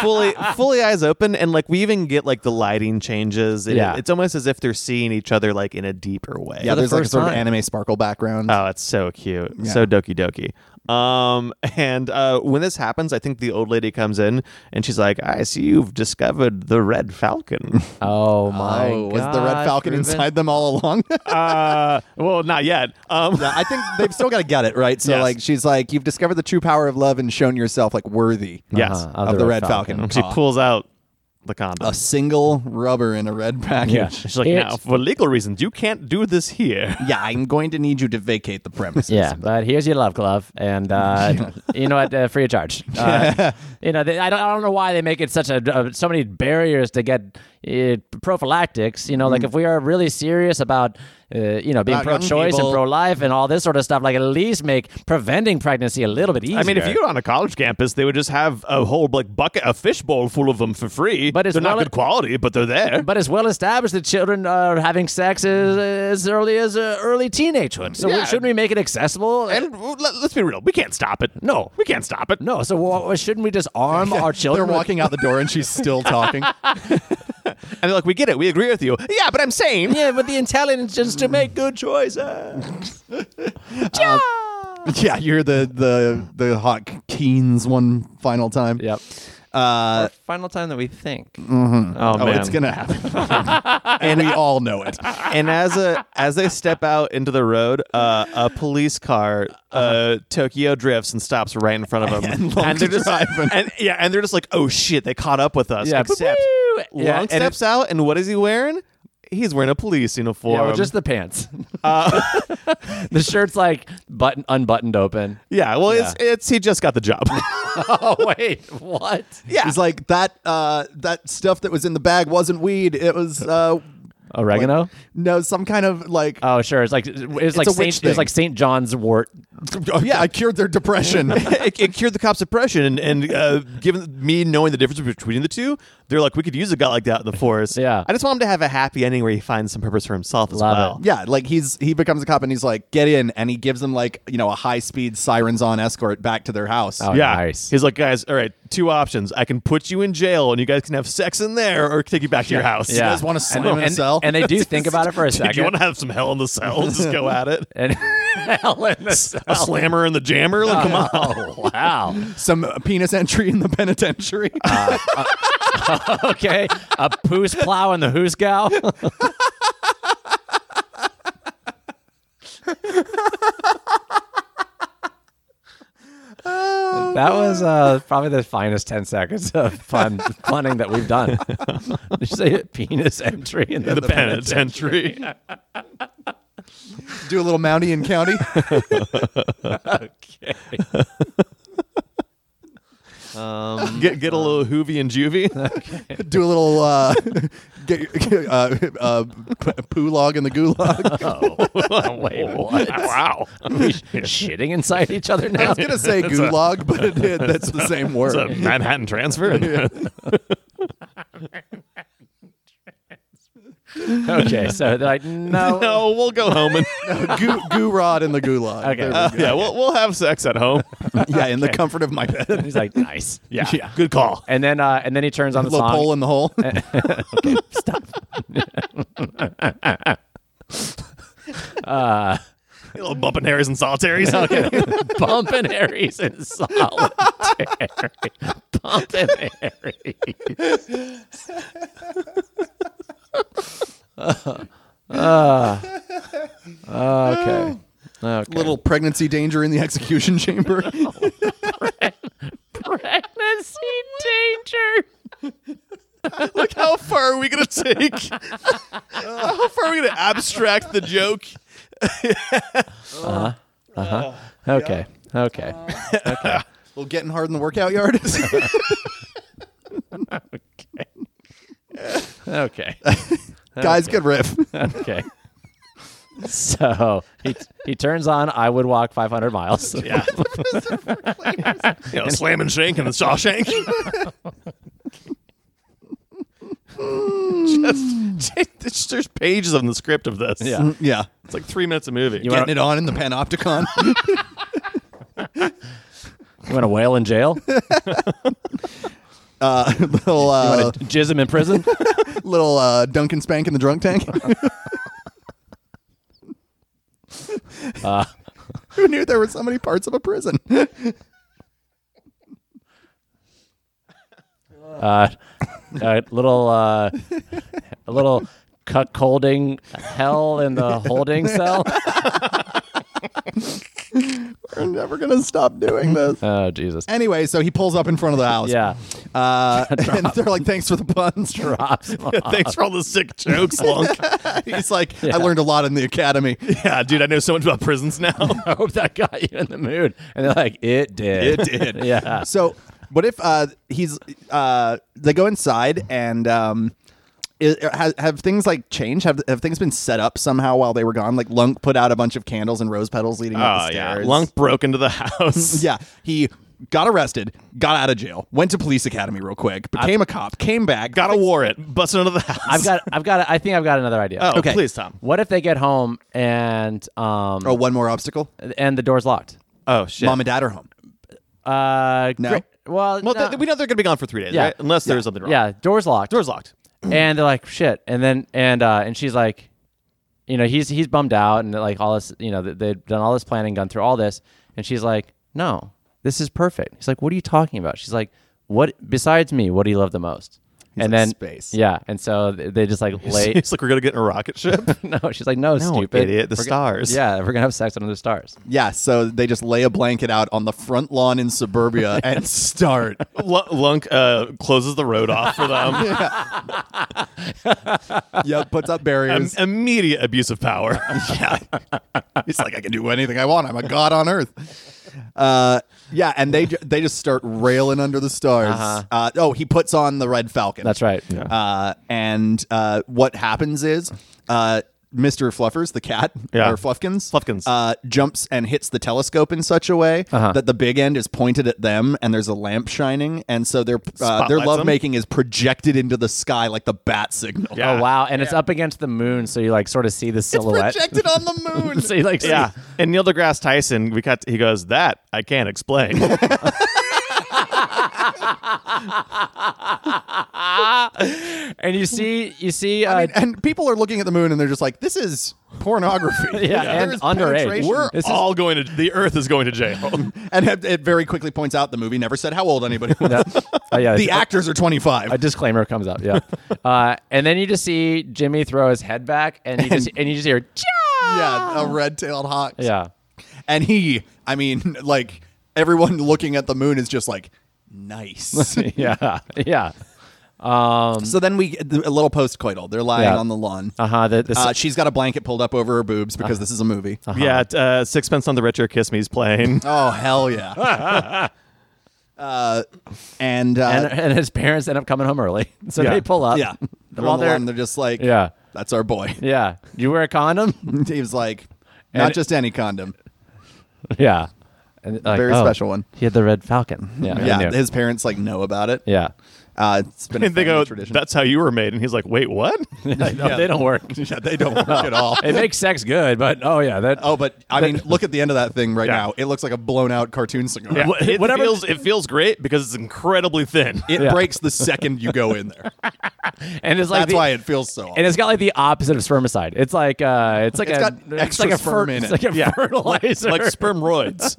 Speaker 3: fully fully eyes open, and like we even get like the lighting changes. and
Speaker 4: Yeah.
Speaker 3: it- it's almost as if they're seeing each other like in a deeper way.
Speaker 2: yeah,
Speaker 4: the
Speaker 2: there's like a
Speaker 4: first
Speaker 2: sort of
Speaker 4: time.
Speaker 2: anime sparkle background.
Speaker 3: Oh, it's so cute. So doki doki. Um, and uh, when this happens, I think the old lady comes in and she's like, "I see you've discovered the red falcon."
Speaker 4: Oh my!
Speaker 2: oh, was the red
Speaker 4: gosh,
Speaker 2: falcon
Speaker 4: Ruben.
Speaker 2: inside them all along?
Speaker 3: uh, well, not yet. Um,
Speaker 2: Yeah, I think they've still got to get it right. So
Speaker 3: Yes.
Speaker 2: like, she's like, "You've discovered the true power of love and shown yourself like worthy
Speaker 3: yes,
Speaker 4: Uh-huh.
Speaker 2: of, the, Red Falcon."
Speaker 3: she
Speaker 2: Aw.
Speaker 3: pulls out the condom.
Speaker 2: a single rubber in a red package.
Speaker 4: Yeah.
Speaker 3: She's like,
Speaker 4: It's-
Speaker 3: now for legal reasons, you can't do this here.
Speaker 2: Yeah, I'm going to need you to vacate the premises.
Speaker 4: Yeah, but here's your love glove, and uh, you know what? Uh, free of charge. Uh, you know, they, I don't, I don't know why they make it such a uh, so many barriers to get uh, prophylactics. You know,
Speaker 3: Mm.
Speaker 4: like if we are really serious about uh, you know being
Speaker 2: About young
Speaker 4: pro-choice and
Speaker 2: people.
Speaker 4: pro-life and all this sort of stuff, like at least make preventing pregnancy a little bit easier.
Speaker 3: I mean, if you go on a college campus, they would just have a whole like bucket, a fishbowl full of them for free.
Speaker 4: But it's
Speaker 3: they're not
Speaker 4: well-
Speaker 3: good quality, but they're there.
Speaker 4: But it's well established that children are having sex as, as early as uh, early teenagehood. So
Speaker 3: Yeah.
Speaker 4: shouldn't we make it accessible?
Speaker 3: and well, let, let's be real, we can't stop it. No, we can't stop it.
Speaker 4: no, so wh- shouldn't we just arm our
Speaker 2: They're
Speaker 4: children? with-
Speaker 2: walking out the door and she's still talking.
Speaker 3: And they're like, we get it, we agree with you. Yeah, but I'm saying.
Speaker 4: yeah, with the intelligence to make good choices.
Speaker 2: yeah, you're the the the hot Keens one final time.
Speaker 4: Yep.
Speaker 2: Uh,
Speaker 4: Final time that we think.
Speaker 3: Oh,
Speaker 2: oh,
Speaker 3: man.
Speaker 2: it's gonna happen, and we all know it.
Speaker 3: and as a as they step out into the road, uh, a police car uh, Tokyo drifts and stops right in front of them, and, they're just
Speaker 2: driving.
Speaker 3: and yeah, and they're just like, oh shit, they caught up with us.
Speaker 4: Yeah,
Speaker 3: except
Speaker 4: boo-boo.
Speaker 3: Long
Speaker 4: Yeah, and
Speaker 3: steps out, and what is he wearing? He's wearing a police
Speaker 4: Yeah,
Speaker 3: uniform.
Speaker 4: well, just the pants.
Speaker 2: Uh,
Speaker 4: the shirt's like button unbuttoned open.
Speaker 3: Yeah, well, it's it's he just got the job.
Speaker 4: Oh wait, what?
Speaker 2: Yeah, he's like that. Uh, that stuff that was in the bag wasn't weed. It was uh,
Speaker 4: Oregano?
Speaker 2: no, some kind of like.
Speaker 4: oh sure, it's like it's like
Speaker 2: a witch
Speaker 4: Saint it's
Speaker 2: thing.
Speaker 4: like Saint John's wort.
Speaker 2: oh, yeah, I cured their depression.
Speaker 3: it, it cured the cops' depression, and, and uh, given me knowing the difference between the two, they're like, we could use a guy like that in the forest.
Speaker 4: Yeah.
Speaker 3: I just want him to have a happy ending where he finds some purpose for himself as
Speaker 4: Love
Speaker 3: well.
Speaker 4: it.
Speaker 2: yeah, like he's he becomes a cop and he's like, get in, and he gives them like you know a high speed sirens on escort back to their house.
Speaker 4: Oh,
Speaker 3: Yeah.
Speaker 4: nice.
Speaker 3: He's like, guys, all right, two options. I can put you in jail and you guys can have sex in there or take you back to your house.
Speaker 4: Yeah.
Speaker 2: guys wanna slam
Speaker 4: and,
Speaker 2: in a
Speaker 4: and,
Speaker 2: cell?
Speaker 4: And they do think about it for a
Speaker 3: If you
Speaker 4: second.
Speaker 3: want to have some hell in the cell, let's just go at it.
Speaker 4: and hell in the cell.
Speaker 3: A slammer and the jammer? Like, come on.
Speaker 4: Oh wow.
Speaker 2: Some uh, penis entry in the penitentiary.
Speaker 4: Uh. Okay. A poos plow and the who's gal. That was uh, probably the finest ten seconds of fun funning that we've done. Did you say penis entry in the,
Speaker 3: The penitentiary.
Speaker 2: Do a little Mountie and County.
Speaker 4: Okay.
Speaker 3: Get, get a little hoovy and juvie.
Speaker 2: Do a little uh, get, uh, uh, p- poo log in the gulag.
Speaker 4: Oh. Wait, what? Wow. Are we shitting inside each other
Speaker 2: I
Speaker 4: now?
Speaker 2: was gonna say gulag, but it, it, that's the same word.
Speaker 3: It's a Manhattan transfer.
Speaker 4: Okay, so they're like, no.
Speaker 3: no, we'll go home and
Speaker 2: goo, goo rod in the gulag.
Speaker 4: Okay.
Speaker 2: There we
Speaker 4: Uh,
Speaker 2: go.
Speaker 3: yeah, we'll, we'll have sex at home.
Speaker 2: yeah, in the comfort of my bed.
Speaker 4: He's like, nice.
Speaker 3: Yeah, good call.
Speaker 4: And then uh, and then he turns on the
Speaker 2: little
Speaker 4: song.
Speaker 2: pole in the hole.
Speaker 3: A little bumping Harris and solitaries. Okay.
Speaker 4: Bumping Harry's in solitary. Bumping Harry. okay. Okay.
Speaker 2: little pregnancy danger in the execution chamber.
Speaker 4: pregnancy danger.
Speaker 3: Look how far are we gonna take? how far are we gonna abstract the joke?
Speaker 4: Okay. Okay.
Speaker 2: little getting hard in the workout yard.
Speaker 4: Okay.
Speaker 2: Guys, good riff.
Speaker 4: Okay. So he, he turns on I Would Walk 500 Miles.
Speaker 3: Yeah. you know, slam and shank and the Shawshank. just, just- there's pages of the script of this.
Speaker 4: Yeah.
Speaker 2: yeah.
Speaker 3: it's like three minutes of movie.
Speaker 4: You
Speaker 2: Getting it on in the panopticon.
Speaker 4: You want to whale in jail? You
Speaker 2: Uh, little uh,
Speaker 4: want to jizz him in prison?
Speaker 2: little uh, Duncan Spank in the drunk tank.
Speaker 3: Uh.
Speaker 2: Who knew there were so many parts of a prison?
Speaker 4: uh, a little uh, a little cuckolding hell in the holding cell.
Speaker 2: we're never gonna stop doing this.
Speaker 4: Oh Jesus!
Speaker 2: Anyway, so he pulls up in front of the house.
Speaker 4: Yeah,
Speaker 2: Uh, and they're like, thanks for the puns.
Speaker 4: props.
Speaker 3: Thanks for all the sick jokes, Lunk.
Speaker 2: He's like, I learned a lot in the academy.
Speaker 3: yeah, dude, I know so much about prisons now.
Speaker 4: I hope that got you in the mood. And they're like, it did.
Speaker 3: It did.
Speaker 4: Yeah.
Speaker 2: So, what if uh, he's uh, they go inside and um, i have, have things like changed? Have have things been set up somehow while they were gone? Like Lunk put out a bunch of candles and rose petals leading up
Speaker 3: Oh
Speaker 2: the
Speaker 3: yeah,
Speaker 2: stairs.
Speaker 3: Lunk broke into the house.
Speaker 2: yeah, he got arrested, got out of jail, went to police academy real quick, became a cop, came back,
Speaker 3: got a warrant, busted into the house.
Speaker 4: I've got. I've got. I think I've got another idea.
Speaker 3: Oh,
Speaker 2: Okay.
Speaker 3: please, Tom.
Speaker 4: What if they get home and um
Speaker 2: Oh, one more obstacle.
Speaker 4: and the door's locked?
Speaker 3: Oh shit.
Speaker 2: Mom and dad are home.
Speaker 4: Uh,
Speaker 2: No.
Speaker 4: great- Well,
Speaker 3: well,
Speaker 4: no.
Speaker 3: th- we know they're gonna be gone for three days,
Speaker 4: Yeah.
Speaker 3: right? Unless there's something wrong.
Speaker 4: yeah, door's locked.
Speaker 3: Door's locked.
Speaker 4: and they're like shit and then and uh and she's like you know he's he's bummed out and like all this you know they, they've done all this planning gone through all this and she's like no this is perfect he's like what are you talking about she's like what besides me, what do you love the most? and
Speaker 2: like,
Speaker 4: then
Speaker 2: "Space."
Speaker 4: Yeah, and so th- they just like lay.
Speaker 3: it's like we're gonna get in a rocket ship.
Speaker 4: no, she's like, no,
Speaker 3: No,
Speaker 4: stupid
Speaker 3: idiot, the
Speaker 4: We're gonna-
Speaker 3: stars.
Speaker 4: yeah, we're gonna have sex under the stars.
Speaker 2: Yeah, so they just lay a blanket out on the front lawn in suburbia and start.
Speaker 3: L- Lunk uh, closes the road off for them.
Speaker 2: yep, puts up barriers.
Speaker 3: Im- immediate abuse of power.
Speaker 2: yeah. It's like I can do anything I want. I'm a god on earth. Uh, yeah, and they ju- they just start railing under the stars. uh
Speaker 3: Uh-huh.
Speaker 2: oh, he puts on the red falcon.
Speaker 4: That's right.
Speaker 2: Uh, and uh, what happens is uh, Mr. Fluffers, the cat,
Speaker 3: Yeah.
Speaker 2: or Fluffkins,
Speaker 3: Fluffkins. Uh-huh.
Speaker 2: uh, jumps and hits the telescope in such a way that the big end is pointed at them, and there's a lamp shining, and so their uh, their
Speaker 3: Spotlights 'em.
Speaker 2: love making is projected into the sky like the bat signal.
Speaker 3: Yeah.
Speaker 4: Oh wow, and it's up against the moon, so you like sort of see the
Speaker 2: It's
Speaker 4: silhouette.
Speaker 2: projected on the moon.
Speaker 4: so you like see-
Speaker 3: yeah, and Neil deGrasse Tyson, we got he goes that I can't explain.
Speaker 4: and you see you see uh,
Speaker 2: I mean, and people are looking at the moon and they're just like, "This is pornography."
Speaker 4: Yeah, and
Speaker 2: There's
Speaker 4: underage.
Speaker 2: penetration.
Speaker 4: We're- This is-
Speaker 3: all going to the Earth is going to
Speaker 2: Uh-huh.
Speaker 3: jail.
Speaker 2: and it, it very quickly points out the movie never said how old anybody was.
Speaker 4: oh, yeah,
Speaker 2: the actors are 25.
Speaker 4: a disclaimer comes up. Yeah, uh, and then you just see Jimmy throw his head back, and you just and you just hear. "Chow!"
Speaker 2: yeah, a red-tailed hawk.
Speaker 4: Yeah.
Speaker 2: and he, I mean, like everyone looking at the moon is just like, "Nice."
Speaker 4: Yeah. Yeah.
Speaker 2: so then we get a little postcoital. They're lying
Speaker 4: Yeah.
Speaker 2: on the lawn.
Speaker 4: Uh huh. The, the,
Speaker 2: Uh, she's got a blanket pulled up over her boobs
Speaker 4: Uh-huh.
Speaker 2: because this is a movie.
Speaker 3: Yeah, t- uh, Sixpence on the Richer, Kiss Me's playing.
Speaker 2: Oh hell yeah! uh, and, uh,
Speaker 4: and, and his parents end up coming home early, so
Speaker 3: Yeah.
Speaker 4: they pull up.
Speaker 2: yeah, Uh, they're
Speaker 4: While
Speaker 2: on the
Speaker 4: they're,
Speaker 2: lawn. They're just like,
Speaker 4: yeah.
Speaker 2: that's our boy."
Speaker 4: Yeah. You wear a condom?
Speaker 2: Dave's like, not
Speaker 4: And-
Speaker 2: just any condom.
Speaker 4: yeah. And like,
Speaker 2: Very
Speaker 4: oh,
Speaker 2: special one.
Speaker 4: He had the red falcon. Yeah. I
Speaker 2: Yeah,
Speaker 4: knew.
Speaker 2: his parents like know about it.
Speaker 4: yeah.
Speaker 2: uh, it's been a
Speaker 3: And they go,
Speaker 2: family tradition.
Speaker 3: "That's how you were made," and he's like, "Wait, what?"
Speaker 4: No, They don't work.
Speaker 2: yeah, they don't work at all.
Speaker 4: It makes sex good, but oh yeah, that
Speaker 2: Oh, but I mean, look at the end of that thing right
Speaker 3: Yeah.
Speaker 2: now. It looks like a blown out cartoon cigar.
Speaker 3: Yeah,
Speaker 4: Wh-
Speaker 3: it
Speaker 4: whatever-
Speaker 3: feels it feels great because it's incredibly thin.
Speaker 2: It
Speaker 4: Yeah.
Speaker 2: breaks the second you go in there.
Speaker 4: and it's like
Speaker 2: That's
Speaker 4: the-
Speaker 2: why it feels so.
Speaker 4: and it's got like the opposite of spermicide. It's like uh, it's like
Speaker 2: It's
Speaker 4: a
Speaker 2: got
Speaker 4: it's
Speaker 2: extra
Speaker 4: like a
Speaker 2: sperm in
Speaker 4: it's
Speaker 2: it.
Speaker 4: like a fertilizer.
Speaker 3: like spermroids.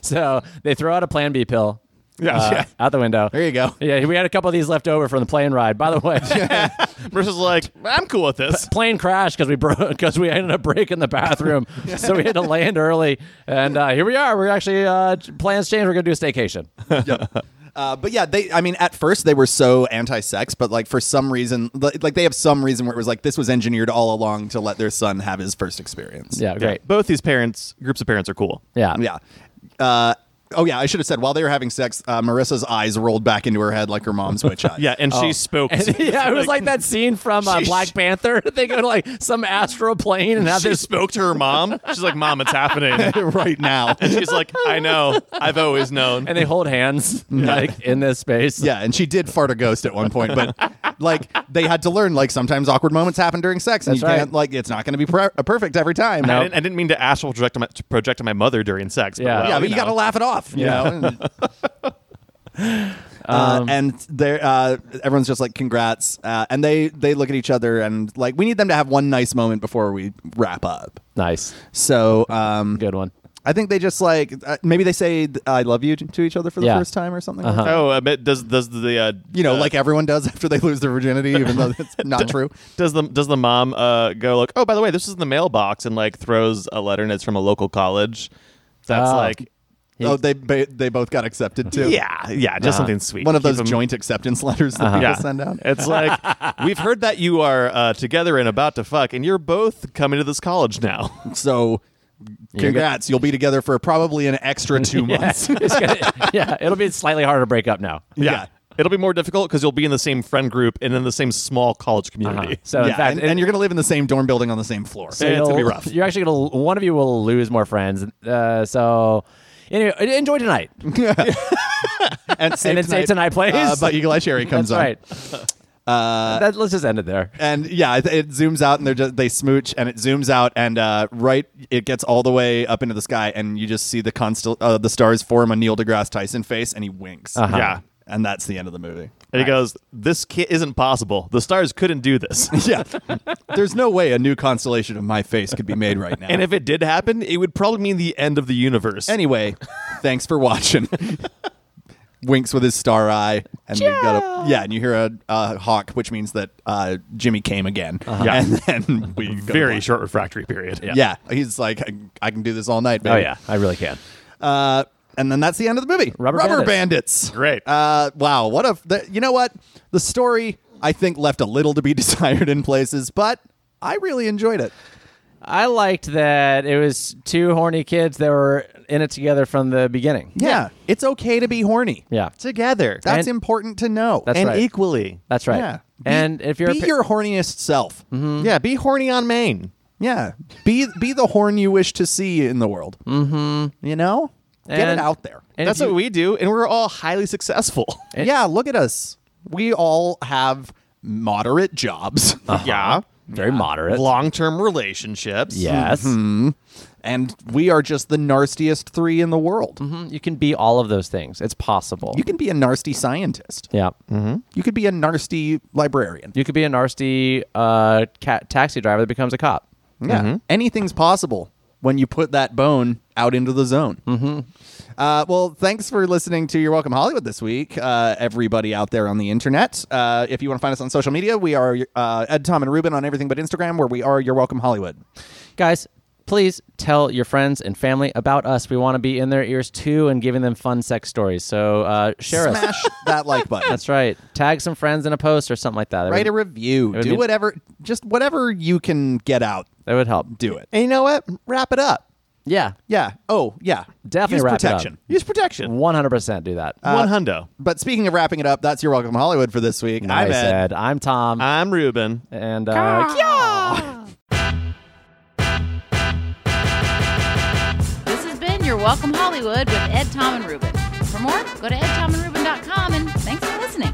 Speaker 4: so they throw out a Plan B pill.
Speaker 3: Yeah.
Speaker 4: uh,
Speaker 3: Yeah.
Speaker 4: out the window.
Speaker 2: There you go.
Speaker 4: Yeah, we had a couple of these left over from the plane ride. By the way,
Speaker 3: Versus like, I'm cool with this.
Speaker 4: plane crashed because we broke because we ended up breaking the bathroom, so we had to land early. And uh, here we are. We're actually uh, plans changed. We're gonna do a staycation.
Speaker 2: Uh, but yeah, they. I mean, at first they were so anti-sex, but like for some reason, li- like they have some reason where it was like this was engineered all along to let their son have his first experience.
Speaker 4: Yeah, great.
Speaker 3: Both these parents, groups of parents, are cool.
Speaker 4: Yeah,
Speaker 2: Um, Yeah. Uh, oh yeah, I should have said while they were having sex, uh, Marissa's eyes rolled back into her head like her mom's witch eye.
Speaker 3: Yeah, and she spoke.
Speaker 4: yeah, it was like that scene from uh,
Speaker 3: Sheesh.
Speaker 4: Black Panther. They go to like some astral plane and have
Speaker 3: She
Speaker 4: this
Speaker 3: spoke to her mom. She's like, "Mom, it's happening."
Speaker 2: right now.
Speaker 3: And she's like, "I know. I've always known."
Speaker 4: and they hold hands like in this space.
Speaker 2: Yeah, and she did fart a ghost at one point, but like they had to learn like sometimes awkward moments happen during sex, and
Speaker 4: That's
Speaker 2: you
Speaker 4: right.
Speaker 2: can't like it's not going to be per- uh, perfect every time.
Speaker 3: I, didn't, I didn't mean to astral project to my, to project to my mother during sex.
Speaker 4: Yeah.
Speaker 3: but well,
Speaker 2: yeah, but you
Speaker 3: know.
Speaker 2: got to laugh it off. You
Speaker 4: Yeah. Um,
Speaker 2: know? Uh, and they're uh, everyone's just like congrats, uh, and they they look at each other and like we need them to have one nice moment before we wrap up.
Speaker 4: Nice,
Speaker 2: So um,
Speaker 4: good one.
Speaker 2: I think they just like uh, maybe they say "I love you" to each other for the
Speaker 4: Yeah.
Speaker 2: first time or something.
Speaker 3: Oh, I bet does does the uh,
Speaker 2: You know,
Speaker 3: uh,
Speaker 2: like everyone does after they lose their virginity, even though it's not true.
Speaker 3: Does the does the mom uh, go like, oh, by the way, this is in the mailbox, and like throws a letter, and it's from a local college. That's
Speaker 2: Ah.
Speaker 4: Oh.
Speaker 3: like,
Speaker 2: Oh, they ba- they both got accepted too.
Speaker 3: yeah, yeah, just something sweet.
Speaker 2: one of
Speaker 3: Keep
Speaker 2: those
Speaker 3: 'em-
Speaker 2: joint acceptance letters that people
Speaker 3: yeah.
Speaker 2: send out.
Speaker 3: It's like we've heard that you are uh, together and about to fuck, and you're both coming to this college now.
Speaker 2: So, congrats! You'll be together for probably an extra two months.
Speaker 4: It's gonna- yeah, it'll be slightly harder to break up now.
Speaker 2: Yeah.
Speaker 3: it'll be more difficult because you'll be in the same friend group and in the same small college community.
Speaker 4: Uh-huh. So in
Speaker 2: Yeah,
Speaker 4: fact,
Speaker 2: and, and you're gonna live in the same dorm building on the same floor.
Speaker 4: So
Speaker 3: it's gonna be
Speaker 4: you'll-
Speaker 3: rough.
Speaker 4: You're actually gonna one of you will lose more friends. Uh, so anyway, enjoy tonight.
Speaker 2: and
Speaker 4: and then say tonight, please.
Speaker 2: Uh, but Eagle Eye Cherry comes
Speaker 4: That's
Speaker 2: on,
Speaker 4: right. that, let's just end it there.
Speaker 2: and yeah, it, it zooms out, and they're just they smooch, and it zooms out, and uh, right, it gets all the way up into the sky, and you just see the constel- uh, the stars form a Neil deGrasse Tyson face, and he winks.
Speaker 3: Yeah.
Speaker 2: and that's the end of the movie.
Speaker 3: And he goes, "This ki- isn't possible. The stars couldn't do this."
Speaker 2: Yeah, there's no way a new constellation of my face could be made right now.
Speaker 3: and if it did happen, it would probably mean the end of the universe.
Speaker 2: anyway, thanks for watching. Winks with his star eye, and we've got a yeah, and you hear a, a hawk, which means that uh, Jimmy came again,
Speaker 3: Uh-huh. Yeah.
Speaker 2: and then we go
Speaker 3: very
Speaker 2: on.
Speaker 3: short refractory period.
Speaker 2: Yeah, he's like, I, I can do this all night, baby.
Speaker 4: Oh yeah, I really can.
Speaker 2: Uh, and then that's the end of the movie.
Speaker 4: Rubber
Speaker 2: bandits.
Speaker 3: Great.
Speaker 2: Uh, wow. What a. f- The, you know what? The story I think left a little to be desired in places, but I really enjoyed it.
Speaker 4: I liked that it was two horny kids that were in it together from the beginning.
Speaker 2: Yeah, it's okay to be horny.
Speaker 4: Yeah.
Speaker 3: together
Speaker 2: that's
Speaker 4: And-
Speaker 2: important to know.
Speaker 4: That's
Speaker 3: and
Speaker 4: right.
Speaker 3: equally.
Speaker 4: That's right.
Speaker 2: Yeah.
Speaker 4: And if you're a
Speaker 2: be
Speaker 4: pa-
Speaker 2: your horniest self.
Speaker 4: Mm-hmm.
Speaker 3: Yeah, be horny on Maine.
Speaker 2: Yeah, be be the horn you wish to see in the world. Mm-hmm. You know, get it
Speaker 4: And-
Speaker 2: out there.
Speaker 4: and
Speaker 3: That's
Speaker 4: if you-
Speaker 3: what we do, and we're all highly successful.
Speaker 2: yeah, look at us. We all have moderate jobs
Speaker 4: Uh.
Speaker 3: Yeah,
Speaker 4: very moderate.
Speaker 3: long-term relationships.
Speaker 4: Yes.
Speaker 2: Mm-hmm. and we are just the nastiest three in the world.
Speaker 4: Mhm. You can be all of those things. It's possible.
Speaker 2: You can be a nasty scientist.
Speaker 4: yeah.
Speaker 2: You could be a nasty librarian.
Speaker 4: You could be a nasty uh, ca- taxi driver that becomes a cop.
Speaker 2: Yeah. Anything's possible when you put that bone out into the zone. Mm-hmm. Uh, well, thanks for listening to Your Welcome Hollywood this week, uh, everybody out there on the internet. Uh, if you want to find us on social media, we are uh, Ed, Tom, and Ruben on everything but Instagram, where we are Your Welcome Hollywood.
Speaker 4: Guys, please tell your friends and family about us. We want to be in their ears too and giving them fun sex stories. So uh, share us.
Speaker 2: Smash that like button.
Speaker 4: That's right. Tag some friends in a post or something like that. That,
Speaker 2: Write a
Speaker 4: would,
Speaker 2: review.
Speaker 4: would
Speaker 2: Do
Speaker 4: be-
Speaker 2: whatever, just whatever you can get out,
Speaker 4: that would help.
Speaker 2: do it.
Speaker 3: And you know what? Wrap it up.
Speaker 4: Yeah.
Speaker 2: Yeah. Oh, yeah.
Speaker 4: Definitely
Speaker 2: Use
Speaker 4: wrap it up.
Speaker 2: protection.
Speaker 3: Use protection.
Speaker 4: 100% do that.
Speaker 2: Uh,
Speaker 3: One hundo.
Speaker 2: But speaking of wrapping it up, that's your welcome Hollywood for this week.
Speaker 4: nice,
Speaker 2: I'm Ed.
Speaker 4: Ed. I'm Tom.
Speaker 3: I'm Ruben.
Speaker 4: and uh,
Speaker 1: This has been Your Welcome Hollywood with Ed, Tom, and Ruben. For more, go to edtomandruben.com and thanks for listening.